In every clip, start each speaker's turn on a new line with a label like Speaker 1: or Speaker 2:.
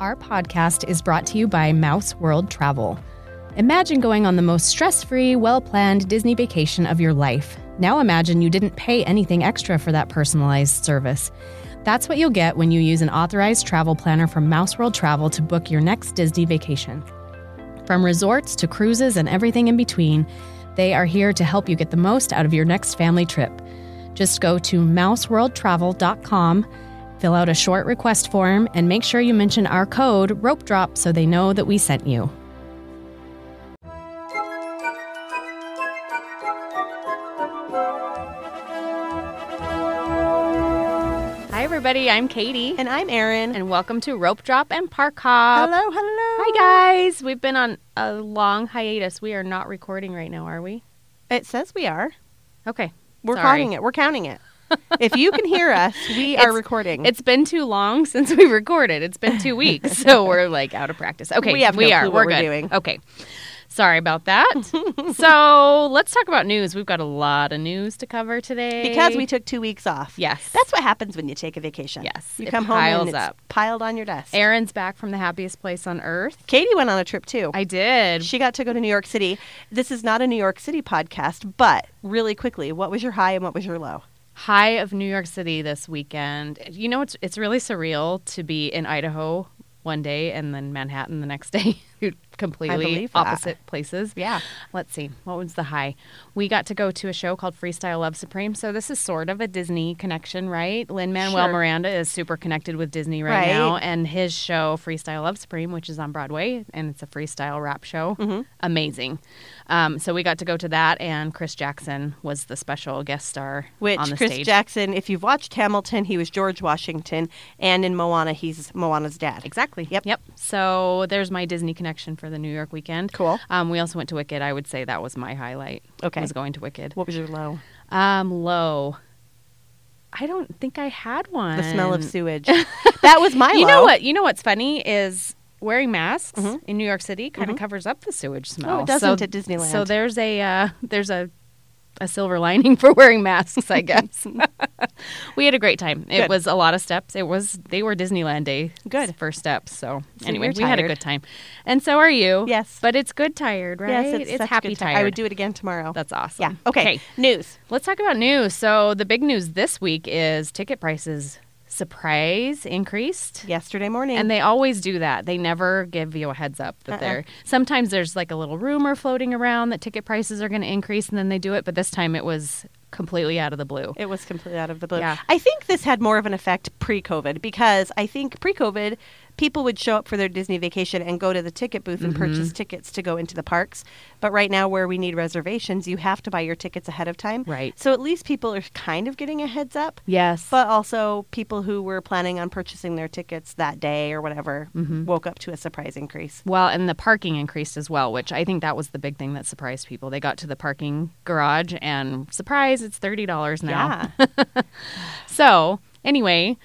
Speaker 1: Our podcast is brought to you by Mouse World Travel. Imagine going on the most stress free, well planned Disney vacation of your life. Now imagine you didn't pay anything extra for that personalized service. That's what you'll get when you use an authorized travel planner from Mouse World Travel to book your next Disney vacation. From resorts to cruises and everything in between, they are here to help you get the most out of your next family trip. Just go to mouseworldtravel.com, fill out a short request form, and make sure you mention our code rope drop so they know that we sent you. Hi, everybody. I'm Katie.
Speaker 2: And I'm Erin.
Speaker 1: And welcome to Rope Drop and Park Hop.
Speaker 2: hello, hello.
Speaker 1: Hi, guys. We've been on a long hiatus. We are not recording right now, are we?
Speaker 2: It says we are.
Speaker 1: Okay.
Speaker 2: We're
Speaker 1: Sorry.
Speaker 2: counting it. We're counting it. if you can hear us, we are
Speaker 1: It's-
Speaker 2: recording.
Speaker 1: It's been too long since we recorded. It's been two weeks, so we're like out of practice. Okay,
Speaker 2: We have
Speaker 1: we
Speaker 2: no
Speaker 1: are.
Speaker 2: clue what
Speaker 1: we're
Speaker 2: we're
Speaker 1: good.
Speaker 2: doing.
Speaker 1: Okay, sorry about that. so let's talk about news. We've got a lot of news to cover today
Speaker 2: because we took two weeks off.
Speaker 1: yes,
Speaker 2: That's what happens when you take a vacation.
Speaker 1: Yes,
Speaker 2: You
Speaker 1: it
Speaker 2: come home
Speaker 1: piles
Speaker 2: and it's
Speaker 1: up.
Speaker 2: piled on your desk.
Speaker 1: Aaron's back from the happiest place on earth.
Speaker 2: Katie went on a trip too.
Speaker 1: I did.
Speaker 2: she got to go to New York City. This is not a New York City podcast, but really quickly, what was your high and what was your low?
Speaker 1: high of New York City this weekend. You know, it's it's really surreal to be in Idaho one day and then Manhattan the next day. Completely
Speaker 2: believe that.
Speaker 1: opposite places.
Speaker 2: Yeah.
Speaker 1: Let's see. What was the high? We got to go to a show called Freestyle Love Supreme. So this is sort of a Disney connection, right? Lin Manuel
Speaker 2: Sure.
Speaker 1: Miranda is super connected with Disney right,
Speaker 2: Right.
Speaker 1: now, and his show Freestyle Love Supreme, which is on Broadway, and it's a freestyle rap show.
Speaker 2: Mm-hmm.
Speaker 1: Amazing. Um, so we got to go to that, and Chris Jackson was the special guest star
Speaker 2: Which
Speaker 1: on the
Speaker 2: Chris
Speaker 1: stage.
Speaker 2: Jackson, if you've watched Hamilton, he was George Washington, and in Moana, he's Moana's dad.
Speaker 1: Exactly.
Speaker 2: Yep.
Speaker 1: Yep. So there's my Disney connection for the New York weekend.
Speaker 2: Cool.
Speaker 1: Um, we also went to Wicked. I would say that was my highlight.
Speaker 2: Okay.
Speaker 1: Was going to Wicked.
Speaker 2: What was your low?
Speaker 1: Um, low. I don't think I had one.
Speaker 2: The smell of sewage. that was my
Speaker 1: Um, You
Speaker 2: low.
Speaker 1: know what? You know what's funny is wearing masks
Speaker 2: Mm-hmm.
Speaker 1: in New York City kind of covers up the
Speaker 2: Oh,
Speaker 1: sewage smell.
Speaker 2: doesn't
Speaker 1: so,
Speaker 2: at Disneyland.
Speaker 1: So there's a uh, there's a a silver lining for wearing masks, I guess. we had a great time. It
Speaker 2: Good.
Speaker 1: was a lot of steps. It was they were Disneyland day.
Speaker 2: Good.
Speaker 1: first steps. So,
Speaker 2: So
Speaker 1: anyway,
Speaker 2: you're
Speaker 1: we had a
Speaker 2: tired.
Speaker 1: good time, and so are you.
Speaker 2: Yes.
Speaker 1: but it's good tired, right?
Speaker 2: Yes, it's, such a
Speaker 1: happy
Speaker 2: good time.
Speaker 1: tired.
Speaker 2: I would do it again tomorrow.
Speaker 1: That's awesome.
Speaker 2: yeah. Okay. News.
Speaker 1: Let's talk about news. So the big news this week is ticket prices surprise increased.
Speaker 2: Yesterday morning.
Speaker 1: And they always do that. They never give you a heads up that
Speaker 2: Uh-uh.
Speaker 1: they're. Sometimes there's like a little rumor floating around that ticket prices are going to increase, and then they do it. But this time it was completely out of the blue.
Speaker 2: it was completely out of the blue.
Speaker 1: Yeah.
Speaker 2: I think this had more of an effect pre-COVID because I think pre-COVID people would show up for their Disney vacation and go to the ticket booth and
Speaker 1: Mm-hmm.
Speaker 2: purchase tickets to go into the parks. But right now where we need reservations, you have to buy your tickets ahead of time.
Speaker 1: Right.
Speaker 2: So at least people are kind of getting a heads up.
Speaker 1: Yes.
Speaker 2: But also people who were planning on purchasing their tickets that day or whatever
Speaker 1: Mm-hmm.
Speaker 2: woke up to a surprise increase.
Speaker 1: well, and the parking increased as well, which I think that was the big thing that surprised people. They got to the parking garage and surprise, it's thirty dollars now.
Speaker 2: Yeah.
Speaker 1: So, anyway,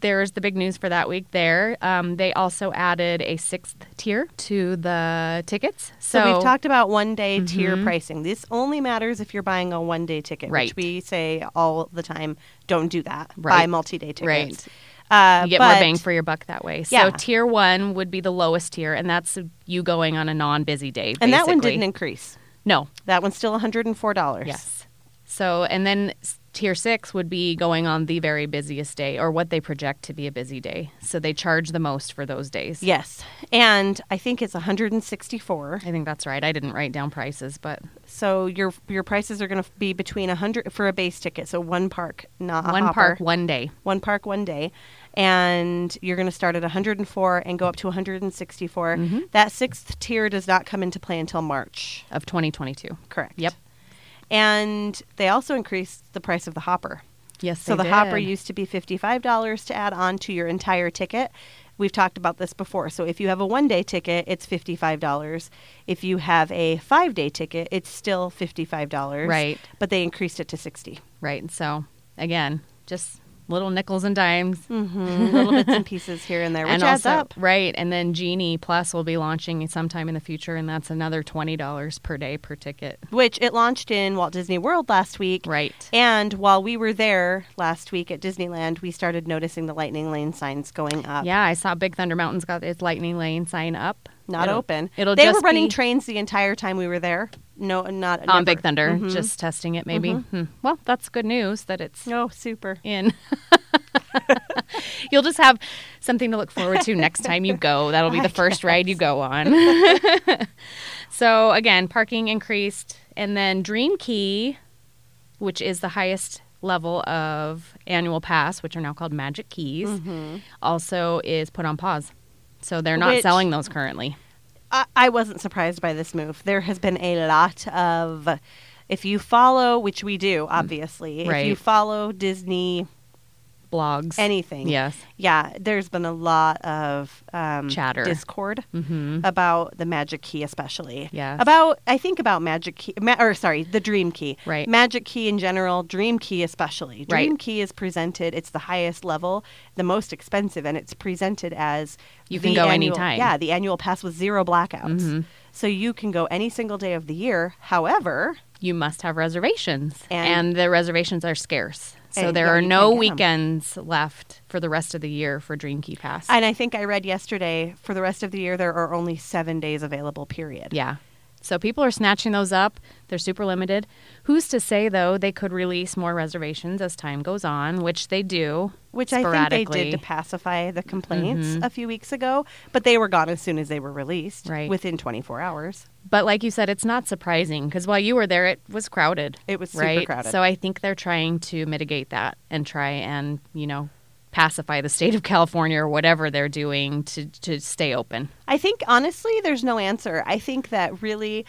Speaker 1: there's the big news for that week there. Um, they also added a sixth tier to the tickets. So, Mm-hmm.
Speaker 2: So, we've talked about one day tier pricing. This only matters if you're buying a one day ticket,
Speaker 1: Right.
Speaker 2: which we say all the time don't do that. Buy
Speaker 1: Right.
Speaker 2: multi day
Speaker 1: Right.
Speaker 2: tickets. Right. Uh,
Speaker 1: You get
Speaker 2: but
Speaker 1: more bang for your buck that way. So
Speaker 2: Yeah.
Speaker 1: tier one would be the lowest tier, and that's you going on a non-busy day.
Speaker 2: And that one
Speaker 1: basically.
Speaker 2: didn't increase.
Speaker 1: No.
Speaker 2: That one's still $104.
Speaker 1: Yes. So and then s- tier six would be going on the very busiest day, or what they project to be a busy day. So they charge the most for those days.
Speaker 2: Yes. And I think it's 164.
Speaker 1: I think that's right. I didn't write down prices, but
Speaker 2: So your your prices are going to be between 100 for a base ticket, so one park, not a
Speaker 1: one
Speaker 2: hopper.
Speaker 1: park, one day.
Speaker 2: one park one day and you're going to start at 104 and go up to 164 that sixth tier does not come into play until march
Speaker 1: of 2022.
Speaker 2: correct
Speaker 1: Yep.
Speaker 2: and they also increased the price of the hopper
Speaker 1: Yes,
Speaker 2: So
Speaker 1: they
Speaker 2: the hopper
Speaker 1: did.
Speaker 2: used to be $55 to add on to your entire ticket. We've talked about this before. So if you have a one day ticket, it's $55. If you have a five day ticket, it's still $55.
Speaker 1: Right.
Speaker 2: But they increased it to 60
Speaker 1: Right. So again, just little nickels and dimes.
Speaker 2: Little bits and pieces here and there, which
Speaker 1: and
Speaker 2: adds
Speaker 1: also,
Speaker 2: up.
Speaker 1: Right. And then Genie Plus will be launching sometime in the future, and that's another $20 per day per ticket.
Speaker 2: Which it launched in Walt Disney World last week.
Speaker 1: Right.
Speaker 2: And while we were there last week at Disneyland, we started noticing the lightning lane signs going up.
Speaker 1: yeah, I saw Big Thunder Mountain's got its Lightning Lane sign up.
Speaker 2: Not
Speaker 1: It'll-
Speaker 2: open.
Speaker 1: It'll
Speaker 2: they
Speaker 1: just
Speaker 2: were running
Speaker 1: be
Speaker 2: trains the entire time we were there. No, not
Speaker 1: on
Speaker 2: never.
Speaker 1: Big Thunder,
Speaker 2: Mm-hmm.
Speaker 1: just testing it maybe. Hmm. Well, that's good news that it's
Speaker 2: Oh, super.
Speaker 1: in. You'll just have something to look forward to next time you go. That'll be the first ride you go on. so, again, parking increased. And then Dream Key, which is the highest level of annual pass, which are now called Magic Keys, also is put on pause. So they're not
Speaker 2: Mm-hmm. Which-
Speaker 1: selling those currently.
Speaker 2: I, I wasn't surprised by this move. There has been a lot of, if you follow, which we do, obviously, if
Speaker 1: Mm.
Speaker 2: you
Speaker 1: Right.
Speaker 2: follow Disney
Speaker 1: Blogs.
Speaker 2: anything,
Speaker 1: Yes.
Speaker 2: yeah, there's been a lot of um,
Speaker 1: Chatter.
Speaker 2: discord
Speaker 1: Mm-hmm.
Speaker 2: about the Magic Key, especially.
Speaker 1: Yes.
Speaker 2: About I think about Magic Key, ma- or sorry, the Dream Key.
Speaker 1: Right.
Speaker 2: Magic Key in general, Dream Key especially. Dream
Speaker 1: Right.
Speaker 2: Key is presented. It's the highest level, the most expensive, and it's presented as
Speaker 1: You can
Speaker 2: the
Speaker 1: go
Speaker 2: annual-
Speaker 1: anytime. Mm-hmm.
Speaker 2: Yeah, the annual pass with zero blackouts, so you can go any single day of the year. However,
Speaker 1: you must have reservations
Speaker 2: And-
Speaker 1: and, the reservations are scarce so
Speaker 2: And,
Speaker 1: there
Speaker 2: yeah,
Speaker 1: are
Speaker 2: you
Speaker 1: no
Speaker 2: can't get
Speaker 1: weekends left for the rest of the year for dream key pass
Speaker 2: and I think I read yesterday for the rest of the year there are only seven days available. Period.
Speaker 1: yeah so people are snatching those up they're super limited who's to say though they could release more reservations as time goes on which they do
Speaker 2: Which I think they did
Speaker 1: sporadically. Mm-hmm.
Speaker 2: to pacify the complaints a few weeks ago, but they were gone as soon as they were released
Speaker 1: Right.
Speaker 2: within 24 hours.
Speaker 1: But like you said, it's not surprising because while you were there, it was crowded.
Speaker 2: It was super
Speaker 1: right?
Speaker 2: crowded.
Speaker 1: So I think they're trying to mitigate that and try and you know pacify the state of California or whatever they're doing to to stay open.
Speaker 2: I think honestly, there's no answer. I think that really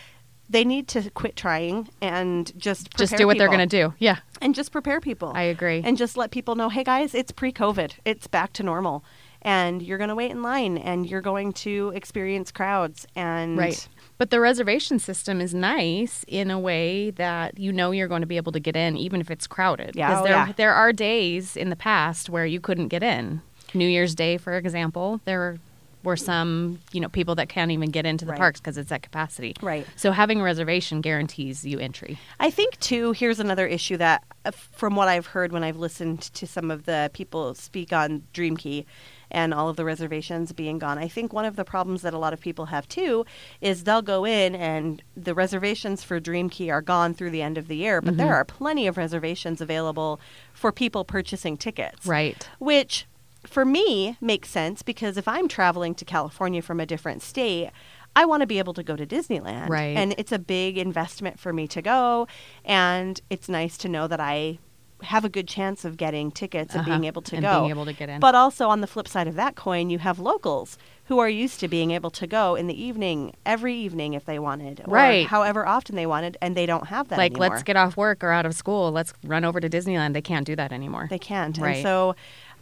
Speaker 2: they need to quit trying and just
Speaker 1: Just
Speaker 2: prepare
Speaker 1: do what they're
Speaker 2: people.
Speaker 1: going to do. Yeah,
Speaker 2: and just prepare people.
Speaker 1: I agree.
Speaker 2: and just let people know, hey guys, it's pre-COVID, it's back to normal, and you're going to wait in line and you're going to experience crowds and
Speaker 1: Right. But the reservation system is nice in a way that you know you're going to be able to get in, even if it's crowded.
Speaker 2: Yeah.
Speaker 1: 'Cause
Speaker 2: Oh,
Speaker 1: there,
Speaker 2: yeah.
Speaker 1: there are days in the past where you couldn't get in. New Year's Day, for example, there were some you know people that can't even get into the
Speaker 2: Right.
Speaker 1: parks because it's at capacity.
Speaker 2: Right.
Speaker 1: So having a reservation guarantees you entry.
Speaker 2: I think too. Here's another issue that, uh, from what I've heard when I've listened to some of the people speak on Dream Key, and all of the reservations being gone. I think one of the problems that a lot of people have too is they'll go in and the reservations for Dream Key are gone through the end of the year, but there are plenty of reservations available for people purchasing tickets
Speaker 1: Right.
Speaker 2: which for me makes sense because if I'm traveling to California from a different state, I want to be able to go to Disneyland.
Speaker 1: Right.
Speaker 2: And it's a big investment for me to go. And it's nice to know that I have a good chance of getting tickets and being able to
Speaker 1: Uh-huh. and
Speaker 2: go.
Speaker 1: being able to get in.
Speaker 2: But also on the flip side of that coin, you have locals who are used to being able to go in the evening, every evening if they wanted, or
Speaker 1: Right.
Speaker 2: however often they wanted, and they don't have that
Speaker 1: like
Speaker 2: anymore.
Speaker 1: let's get off work or out of school. Let's run over to Disneyland. They can't do that anymore.
Speaker 2: They can't. And
Speaker 1: Right.
Speaker 2: so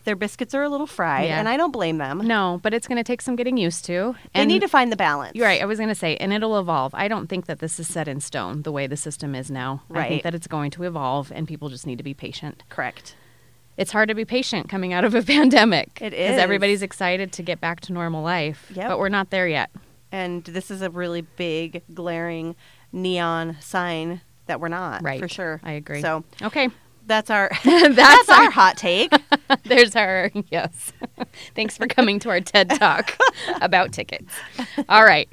Speaker 2: their biscuits are a little fried,
Speaker 1: Yeah.
Speaker 2: and I don't blame them.
Speaker 1: no, but it's going to take some getting used to.
Speaker 2: They need to find the balance.
Speaker 1: You're right. I was going to say, and it'll evolve. I don't think that this is set in stone the way the system is now. I
Speaker 2: Right.
Speaker 1: think that it's going to evolve, and people just need to be patient.
Speaker 2: Correct.
Speaker 1: It's hard to be patient coming out of a pandemic.
Speaker 2: It is.
Speaker 1: Because everybody's excited to get back to normal life.
Speaker 2: Yep.
Speaker 1: But we're not there yet.
Speaker 2: And this is a really big, glaring neon sign that we're not.
Speaker 1: Right.
Speaker 2: Uh, For sure.
Speaker 1: I agree.
Speaker 2: So
Speaker 1: Okay.
Speaker 2: that's our
Speaker 1: That's,
Speaker 2: that's our hot take.
Speaker 1: There's our yes. Thanks for coming to our TED talk about tickets. All right.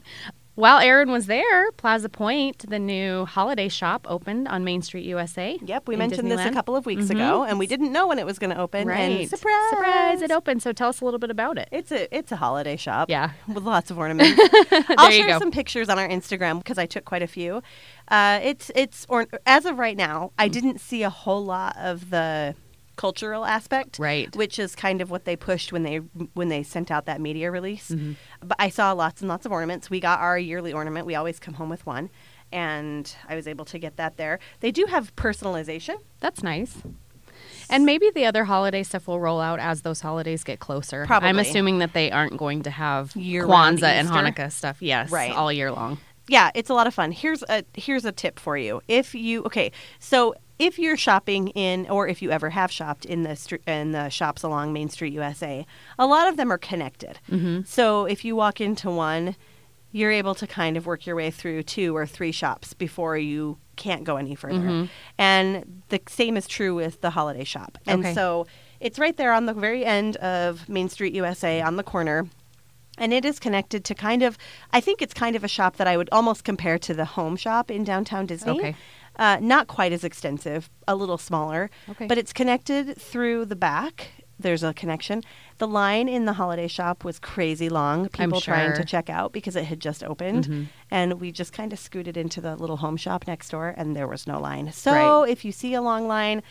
Speaker 1: While Erin was there, Plaza Point, the new holiday shop, opened on Main Street, USA.
Speaker 2: yep, we
Speaker 1: in
Speaker 2: mentioned this a
Speaker 1: Disneyland. Mm-hmm.
Speaker 2: couple of weeks ago, and we didn't know when it was going to open. And surprise,
Speaker 1: Surprise, it opened. So tell us a little bit about it.
Speaker 2: It's a it's a holiday shop.
Speaker 1: Yeah.
Speaker 2: with lots of ornaments. I'll
Speaker 1: There you
Speaker 2: share
Speaker 1: go.
Speaker 2: some pictures on our Instagram because I took quite a few. Uh, it's it's or, as of right now, I
Speaker 1: Mm.
Speaker 2: didn't see a whole lot of the cultural aspect,
Speaker 1: Right.
Speaker 2: Which is kind of what they pushed when they when they sent out that media release.
Speaker 1: Mm-hmm.
Speaker 2: But I saw lots and lots of ornaments. We got our yearly ornament. We always come home with one. And I was able to get that there. They do have personalization,
Speaker 1: That's nice. And maybe the other holiday stuff will roll out as those holidays get closer. I'm
Speaker 2: Probably.
Speaker 1: assuming that they aren't going to have
Speaker 2: Year-round
Speaker 1: Kwanzaa and
Speaker 2: Easter.
Speaker 1: Hanukkah stuff. Yes,
Speaker 2: Right.
Speaker 1: all year long.
Speaker 2: yeah, it's a lot of fun. Here's a here's a tip for you. If you okay, so if you're shopping in, or if you ever have shopped in the str- in the shops along Main Street USA, a lot of them are connected. So if you walk into one, you're able to kind of work your way through two or three shops before you can't go any further. And the same is true with the holiday shop. And
Speaker 1: Okay.
Speaker 2: so it's right there on the very end of Main Street USA on the corner and it is connected to kind of i think it's kind of a shop that i would almost compare to the home shop in downtown disney
Speaker 1: Okay.
Speaker 2: uh, not quite as extensive a little smaller
Speaker 1: Okay.
Speaker 2: but it's connected through the back there's a connection the line in the holiday shop was crazy long people trying
Speaker 1: sure. Mm-hmm.
Speaker 2: to check out because it had just opened and we just kind of scooted into the little home shop next door and there was no line so
Speaker 1: Right.
Speaker 2: if you see a long line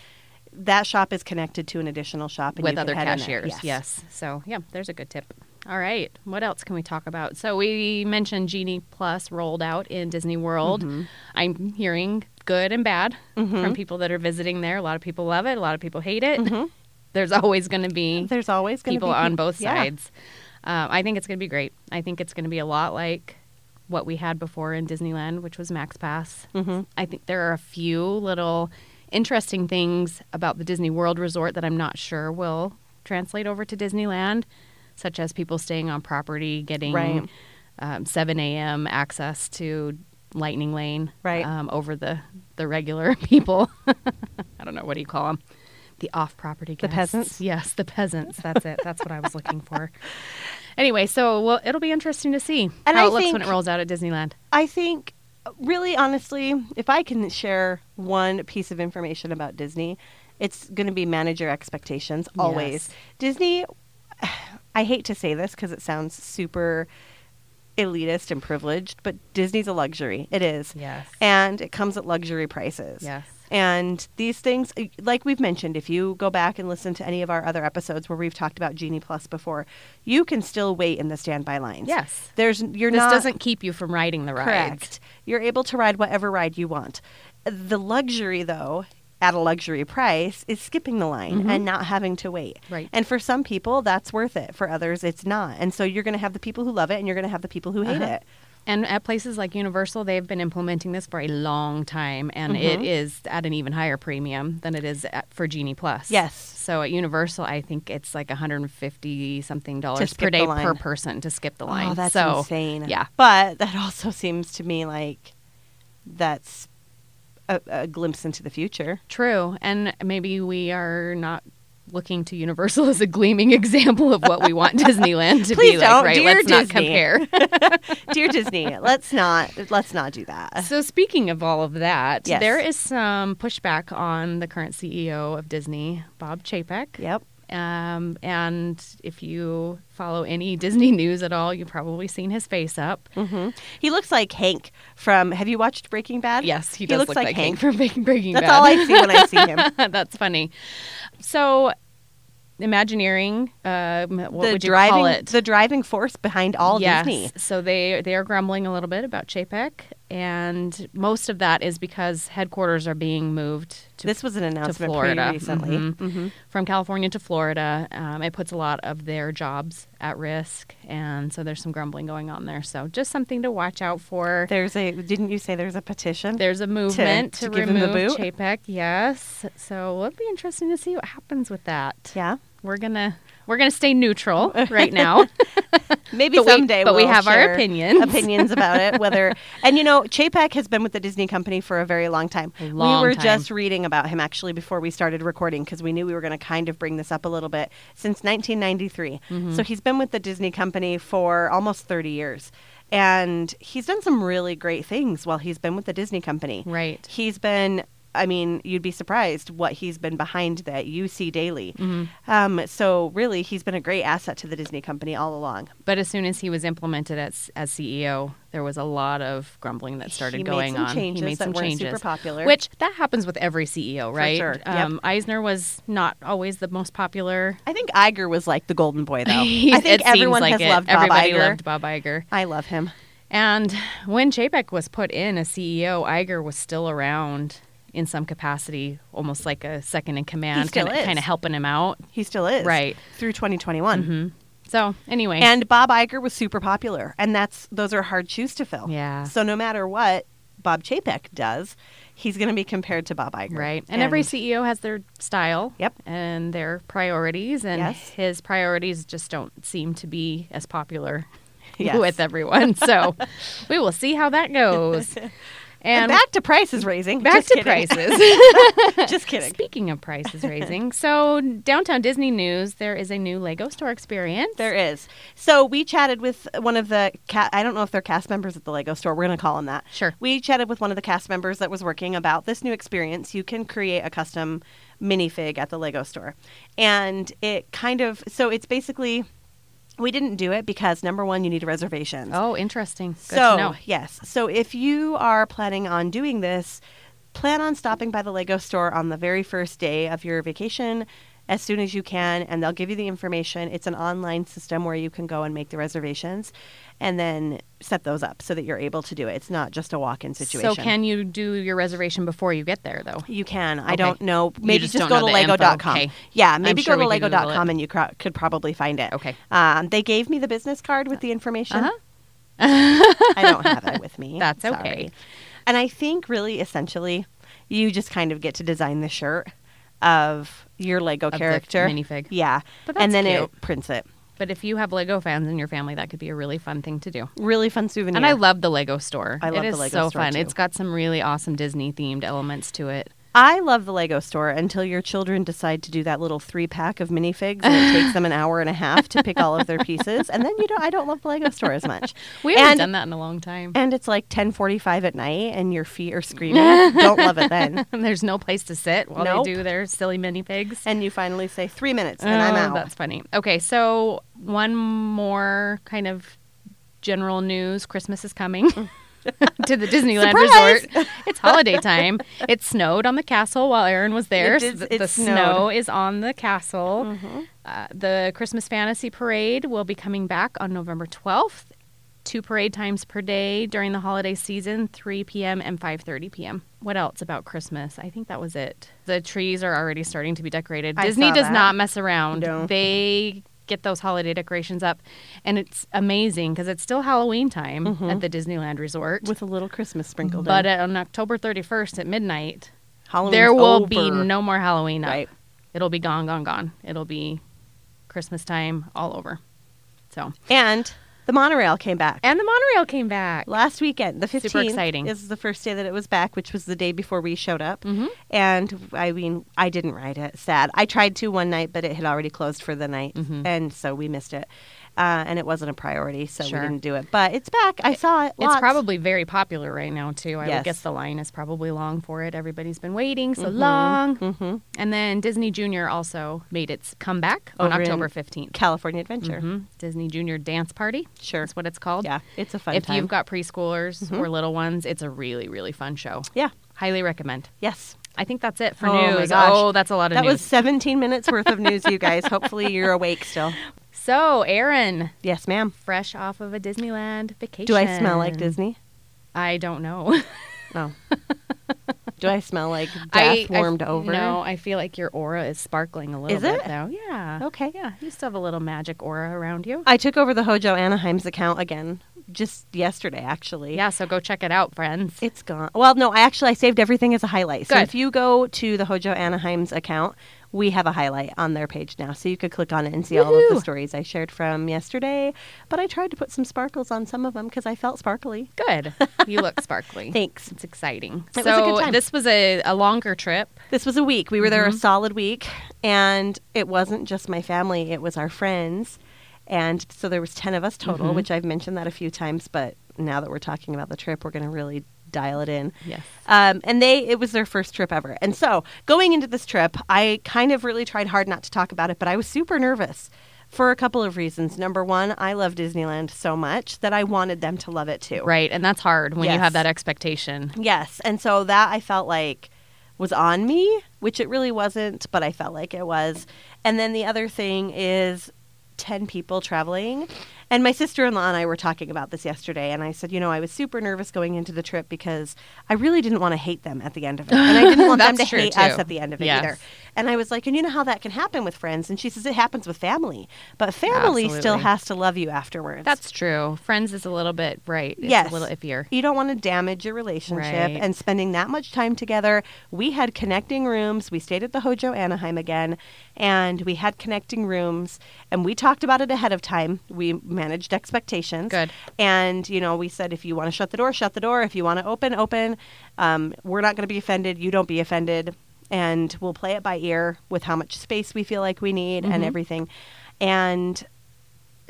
Speaker 2: that shop is connected to an additional shop and you
Speaker 1: with
Speaker 2: can
Speaker 1: other
Speaker 2: head in there.
Speaker 1: cashiers. yes. So, yeah, there's a good tip. All right. What else can we talk about? So, we mentioned Genie Plus rolled out in Disney World.
Speaker 2: Mm-hmm.
Speaker 1: I'm hearing good and bad from people that are visiting there. A lot of people love it, a lot of people hate it. There's always going to be
Speaker 2: Mm-hmm. there's always going to be
Speaker 1: people on both
Speaker 2: yeah.
Speaker 1: sides. Um, I think it's going to be great. I think it's going to be a lot like what we had before in Disneyland, which was Max Pass.
Speaker 2: Mm-hmm.
Speaker 1: I think there are a few little interesting things about the Disney World Resort that I'm not sure will translate over to Disneyland, such as people staying on property, getting
Speaker 2: Right.
Speaker 1: um, 7 a.m. access to Lightning Lane
Speaker 2: Right.
Speaker 1: um, over the, the regular people. I don't know what do you call them. The off-property
Speaker 2: The
Speaker 1: guests.
Speaker 2: peasants?
Speaker 1: Yes, the peasants. That's it. That's what I was looking for. Anyway, so well, it'll be interesting to see
Speaker 2: And
Speaker 1: how
Speaker 2: I
Speaker 1: it looks when it
Speaker 2: think-
Speaker 1: rolls out at Disneyland.
Speaker 2: I think, really honestly, if I can share one piece of information about Disney, it's going to be manage your expectations always.
Speaker 1: Yes.
Speaker 2: Disney, I hate to say this because it sounds super elitist and privileged, but Disney's a luxury. It is.
Speaker 1: Yes.
Speaker 2: And it comes at luxury prices.
Speaker 1: Yes.
Speaker 2: And these things, like we've mentioned, if you go back and listen to any of our other episodes where we've talked about Genie Plus before, you can still wait in the standby lines.
Speaker 1: Yes.
Speaker 2: There's you're
Speaker 1: This
Speaker 2: not
Speaker 1: doesn't keep you from riding the rides.
Speaker 2: Correct. You're able to ride whatever ride you want. The luxury, though, at a luxury price, is skipping the line and not having to wait.
Speaker 1: Right.
Speaker 2: And for some people, that's worth it. For others, it's not. And so you're going to have the people who love it and you're going to have the people who hate it.
Speaker 1: And at places like Universal, they've been implementing this for a long time, and it
Speaker 2: Mm-hmm.
Speaker 1: is at an even higher premium than it is at, for Genie Plus.
Speaker 2: Yes.
Speaker 1: So at Universal, I think it's like 150 something dollars
Speaker 2: skip
Speaker 1: per
Speaker 2: the
Speaker 1: day
Speaker 2: line.
Speaker 1: per person to skip the line.
Speaker 2: Oh, that's
Speaker 1: so,
Speaker 2: insane.
Speaker 1: Yeah.
Speaker 2: But that also seems to me like that's a, a glimpse into the future.
Speaker 1: True. And maybe we are not looking to Universal as a gleaming example of what we want Disneyland to be
Speaker 2: Please
Speaker 1: like,
Speaker 2: don't.
Speaker 1: right?
Speaker 2: Dear
Speaker 1: Let's not
Speaker 2: Disney.
Speaker 1: compare.
Speaker 2: Dear Disney, let's not let's not do that.
Speaker 1: So speaking of all of that,
Speaker 2: Yes.
Speaker 1: there is some pushback on the current CEO of Disney, Bob Chapek.
Speaker 2: Yep.
Speaker 1: Um, and if you follow any Disney news at all, you've probably seen his face up.
Speaker 2: Mm-hmm. He looks like Hank from Have you watched Breaking Bad?
Speaker 1: Yes, he does
Speaker 2: looks like, Hank.
Speaker 1: from Breaking Breaking
Speaker 2: That's
Speaker 1: Bad.
Speaker 2: all I see when I see him.
Speaker 1: That's funny. So, Imagineering, um, what
Speaker 2: the
Speaker 1: would you
Speaker 2: driving,
Speaker 1: call it?
Speaker 2: The driving force behind all
Speaker 1: yes.
Speaker 2: Disney.
Speaker 1: So they they are grumbling a little bit about Chapek, and most of that is because headquarters are being moved to
Speaker 2: This was an announcement
Speaker 1: Florida.
Speaker 2: pretty recently. Mm-hmm.
Speaker 1: Mhm. from California to Florida. Um, it puts a lot of their jobs at risk, and so there's some grumbling going on there. So just something to watch out for.
Speaker 2: There's a didn't you say there's a petition?
Speaker 1: There's a movement to,
Speaker 2: to give 'em the
Speaker 1: remove
Speaker 2: boot?
Speaker 1: Chapek, yes. So it'll be interesting to see what happens with that.
Speaker 2: yeah.
Speaker 1: we're gonna we're gonna stay neutral right now.
Speaker 2: Maybe
Speaker 1: But we-
Speaker 2: someday
Speaker 1: but we
Speaker 2: we'll
Speaker 1: have our
Speaker 2: share
Speaker 1: opinions.
Speaker 2: opinions about it whether and you know Chapek has been with the Disney company for a very long time.
Speaker 1: A long
Speaker 2: we were
Speaker 1: time.
Speaker 2: just reading about him actually before we started recording because we knew we were going to kind of bring this up a little bit since 1993.
Speaker 1: Mm-hmm.
Speaker 2: So he's been with the Disney company for almost 30 years. And he's done some really great things while he's been with the Disney company.
Speaker 1: Right.
Speaker 2: He's been I mean, you'd be surprised what he's been behind that you see daily.
Speaker 1: Mm-hmm.
Speaker 2: Um, so really, he's been a great asset to the Disney company all along.
Speaker 1: But as soon as he was implemented as as CEO, there was a lot of grumbling that started
Speaker 2: He made
Speaker 1: going
Speaker 2: some
Speaker 1: on.
Speaker 2: changes
Speaker 1: he made
Speaker 2: that
Speaker 1: some
Speaker 2: weren't super
Speaker 1: changes,
Speaker 2: popular.
Speaker 1: which that happens with every CEO, right?
Speaker 2: sure. Yep.
Speaker 1: Um, Eisner was not always the most popular.
Speaker 2: I think Iger was like the golden boy, though.
Speaker 1: He-
Speaker 2: I think
Speaker 1: it seems
Speaker 2: everyone
Speaker 1: like
Speaker 2: has
Speaker 1: it.
Speaker 2: loved Bob
Speaker 1: Everybody
Speaker 2: Iger.
Speaker 1: loved Bob Iger.
Speaker 2: I love him.
Speaker 1: E And when Chapek was put in as CEO, Iger was still around in some capacity, almost like a second in command,
Speaker 2: still
Speaker 1: kinda-
Speaker 2: is.
Speaker 1: kinda helping him out.
Speaker 2: He still is.
Speaker 1: Right. Mm-hmm.
Speaker 2: Through 2021.
Speaker 1: So anyway,
Speaker 2: And Bob Iger was super popular, and that's those are hard shoes to fill.
Speaker 1: Yeah.
Speaker 2: So no matter what Bob Chapek does, he's going to be compared to Bob Iger.
Speaker 1: Right. And, every CEO has their style.
Speaker 2: Yep.
Speaker 1: And their priorities. And
Speaker 2: Yes.
Speaker 1: his priorities just don't seem to be as popular
Speaker 2: Yes.
Speaker 1: with everyone. So we will see how that goes. And,
Speaker 2: and back to prices raising.
Speaker 1: back
Speaker 2: Just
Speaker 1: to
Speaker 2: kidding.
Speaker 1: prices.
Speaker 2: Just kidding.
Speaker 1: Speaking of prices raising, so downtown Disney news, there is a new Lego store experience.
Speaker 2: There is. So we chatted with one of the ca- I don't know if they're cast members at the Lego store. We're going to call them that.
Speaker 1: Sure.
Speaker 2: We chatted with one of the cast members that was working about this new experience. You can create a custom minifig at the Lego store. And it kind of so it's basically we didn't do it because number one, you need a reservation.
Speaker 1: Oh, interesting. Good
Speaker 2: so
Speaker 1: to know.
Speaker 2: yes, so if you are planning on doing this, plan on stopping by the Lego store on the very first day of your vacation as soon as you can, and they'll give you the information. It's an online system where you can go and make the reservations, and then set those up so that you're able to do it. It's not just a walk-in situation.
Speaker 1: So can you do your reservation before you get there, though?
Speaker 2: You can. I
Speaker 1: Okay.
Speaker 2: don't know.
Speaker 1: You
Speaker 2: Maybe
Speaker 1: just
Speaker 2: just,
Speaker 1: don't
Speaker 2: go
Speaker 1: know
Speaker 2: to
Speaker 1: the info.
Speaker 2: lego.com.
Speaker 1: Okay.
Speaker 2: Yeah,
Speaker 1: I'm
Speaker 2: maybe
Speaker 1: sure
Speaker 2: go to
Speaker 1: we can Google
Speaker 2: lego.com
Speaker 1: it.
Speaker 2: and you cro- could probably find it.
Speaker 1: Okay. Uh-huh.
Speaker 2: Um, they gave me the business card with the information. I don't have it with me.
Speaker 1: That's
Speaker 2: Sorry.
Speaker 1: okay.
Speaker 2: And I think really essentially you just kind of get to design the shirt of your Lego
Speaker 1: the
Speaker 2: character.
Speaker 1: minifig.
Speaker 2: Yeah.
Speaker 1: But
Speaker 2: and
Speaker 1: that's
Speaker 2: then
Speaker 1: cute.
Speaker 2: it prints it.
Speaker 1: But if you have Lego fans in your family, that could be a really fun thing to do.
Speaker 2: Really fun souvenir.
Speaker 1: And I love the Lego store.
Speaker 2: I love
Speaker 1: it
Speaker 2: the
Speaker 1: is
Speaker 2: Lego
Speaker 1: so
Speaker 2: store,
Speaker 1: fun.
Speaker 2: too.
Speaker 1: It's got some really awesome Disney themed elements to it.
Speaker 2: I love the Lego store until your children decide to do that little three pack of minifigs and it takes them an hour and a half to pick all of their pieces. And then you don't I don't love the Lego store as much.
Speaker 1: We haven't
Speaker 2: And-
Speaker 1: done that in a long time.
Speaker 2: And it's like ten forty five at night and your feet are screaming. don't love it then.
Speaker 1: And there's no place to sit while
Speaker 2: Nope.
Speaker 1: they do their silly minifigs.
Speaker 2: And you finally say three minutes and I'm
Speaker 1: Oh,
Speaker 2: out.
Speaker 1: That's funny. Okay, so one more kind of general news. Christmas is coming to the Disneyland
Speaker 2: Surprise!
Speaker 1: Resort. It's holiday time. It snowed on the castle while Aaron was there.
Speaker 2: It did-
Speaker 1: so
Speaker 2: it
Speaker 1: the, the
Speaker 2: snowed. Mm-hmm.
Speaker 1: snow is on the castle. Uh, the Christmas Fantasy Parade will be coming back on November 12th. Two parade times per day during the holiday season, 3 p.m. and 5:30 p.m. What else about Christmas? I think that was it. The trees are already starting to be decorated.
Speaker 2: I
Speaker 1: Disney
Speaker 2: saw
Speaker 1: does
Speaker 2: that.
Speaker 1: not mess around.
Speaker 2: No.
Speaker 1: They get those holiday decorations up, and it's amazing because it's still Halloween time at the Disneyland Resort.
Speaker 2: Mm-hmm. with a little Christmas sprinkled
Speaker 1: but
Speaker 2: in.
Speaker 1: on October 31st at midnight,
Speaker 2: Halloween's
Speaker 1: there will be
Speaker 2: over.
Speaker 1: no more Halloween. up.
Speaker 2: Right.
Speaker 1: It'll be gone, gone, gone. It'll be Christmas time all over. So,
Speaker 2: And the monorail came back.
Speaker 1: and the monorail came back.
Speaker 2: Last weekend, the 15th
Speaker 1: Super exciting. Mm-hmm.
Speaker 2: is the first day that it was back, which was the day before we showed up. And I mean, I didn't ride it. Sad. I tried to one night, but it had already closed for the night,
Speaker 1: Mm-hmm.
Speaker 2: and so we missed it. Uh, and it wasn't a priority, so
Speaker 1: Sure.
Speaker 2: we didn't do it. But it's back. I saw it.
Speaker 1: It's
Speaker 2: lots.
Speaker 1: probably very popular right now too. I would
Speaker 2: Yes.
Speaker 1: guess the line is probably long for it. Everybody's been waiting so long. Mm-hmm. And then Disney Junior also made its comeback on
Speaker 2: Over in-
Speaker 1: October fifteenth.
Speaker 2: California Adventure.
Speaker 1: Mhm. Disney Junior Dance Party.
Speaker 2: Sure.
Speaker 1: that's what it's called.
Speaker 2: Mm-hmm. Yeah, it's a fun
Speaker 1: if
Speaker 2: time. Mm-hmm.
Speaker 1: you've got preschoolers or little ones, it's a really really fun show.
Speaker 2: yeah,
Speaker 1: Highly recommend.
Speaker 2: yes.
Speaker 1: I think that's it for
Speaker 2: oh
Speaker 1: news.
Speaker 2: my gosh.
Speaker 1: Oh, that's a lot of
Speaker 2: that
Speaker 1: news.
Speaker 2: was 17 minutes worth of news, you guys. Hopefully, you're awake still.
Speaker 1: so, Aaron,
Speaker 2: Yes, ma'am.
Speaker 1: fresh off of a Disneyland vacation.
Speaker 2: Do I smell like Disney?
Speaker 1: I don't know.
Speaker 2: No. Do I smell like death
Speaker 1: I- I f-
Speaker 2: warmed over?
Speaker 1: No, I feel like your aura is sparkling a little
Speaker 2: Is
Speaker 1: bit
Speaker 2: it? Oh.
Speaker 1: though. Yeah.
Speaker 2: Okay.
Speaker 1: Yeah, you still have a little magic aura around you.
Speaker 2: I took over the Hojo Anaheim's account again just yesterday, actually.
Speaker 1: Yeah, so go check it out, friends.
Speaker 2: It's gone. Well, no, I actually I saved everything as a highlight. So
Speaker 1: Good.
Speaker 2: if you go to the Hojo Anaheim's account, we have a highlight on their page now, so you could click on it and see all of
Speaker 1: Woohoo.
Speaker 2: the stories I shared from yesterday. But I tried to put some sparkles on some of them because I felt sparkly.
Speaker 1: Good. You look sparkly.
Speaker 2: Thanks.
Speaker 1: It's exciting.
Speaker 2: It was a
Speaker 1: so
Speaker 2: good time.
Speaker 1: this was a, a longer trip.
Speaker 2: This was a week. We were there a solid week, and it wasn't just my family; it was our friends, and so there was ten of us total, which I've mentioned that a few times. But now that we're talking about the trip, we're going to really dial it in.
Speaker 1: Yes.
Speaker 2: Um, and they, it was their first trip ever, and so going into this trip, I kind of really tried hard not to talk about it, but I was super nervous. For a couple of reasons. Number one, I love Disneyland so much that I wanted them to love it too.
Speaker 1: Right. And that's hard when you have
Speaker 2: Yes.
Speaker 1: that expectation.
Speaker 2: Yes. And so that I felt like was on me, which it really wasn't, but I felt like it was. And then the other thing is 10 people traveling. And my sister in law and I were talking about this yesterday, and I said, you know, I was super nervous going into the trip because I really didn't want to hate them at the end of it. And I didn't want them to
Speaker 1: That's true,
Speaker 2: hate us
Speaker 1: too.
Speaker 2: at the end of it
Speaker 1: Yes.
Speaker 2: either. And I was like, and you know how that can happen with friends? And she says, it happens with family, but family still
Speaker 1: Absolutely.
Speaker 2: has to love you afterwards.
Speaker 1: That's true. Friends is a little bit right. It's
Speaker 2: Yes.
Speaker 1: a little iffier.
Speaker 2: You don't want to damage your relationship
Speaker 1: Right.
Speaker 2: and spending that much time together. We had connecting rooms. We stayed at the Hojo Anaheim again and we had connecting rooms and we talked about it ahead of time. We managed expectations.
Speaker 1: Good.
Speaker 2: And, you know, we said if you want to shut the door, shut the door. If you want to open, open. Um, we're not going to be offended. You don't be offended. And we'll play it by ear with how much space we feel like we need
Speaker 1: Mm-hmm.
Speaker 2: and everything. And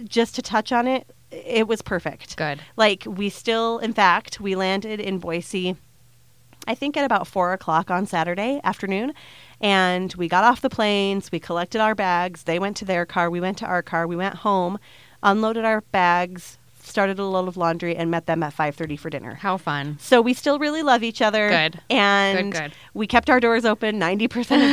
Speaker 2: just to touch on it, it was perfect.
Speaker 1: Good.
Speaker 2: Like we still, in fact, we landed in Boise. I think at about four o'clock on Saturday afternoon, and we got off the planes. We collected our bags. They went to their car. We went to our car. We went home, unloaded our bags, started a load of laundry, and met them at five thirty for dinner.
Speaker 1: How fun.
Speaker 2: So we still really love each other.
Speaker 1: Good.
Speaker 2: And
Speaker 1: Good, good.
Speaker 2: we kept our doors open 90%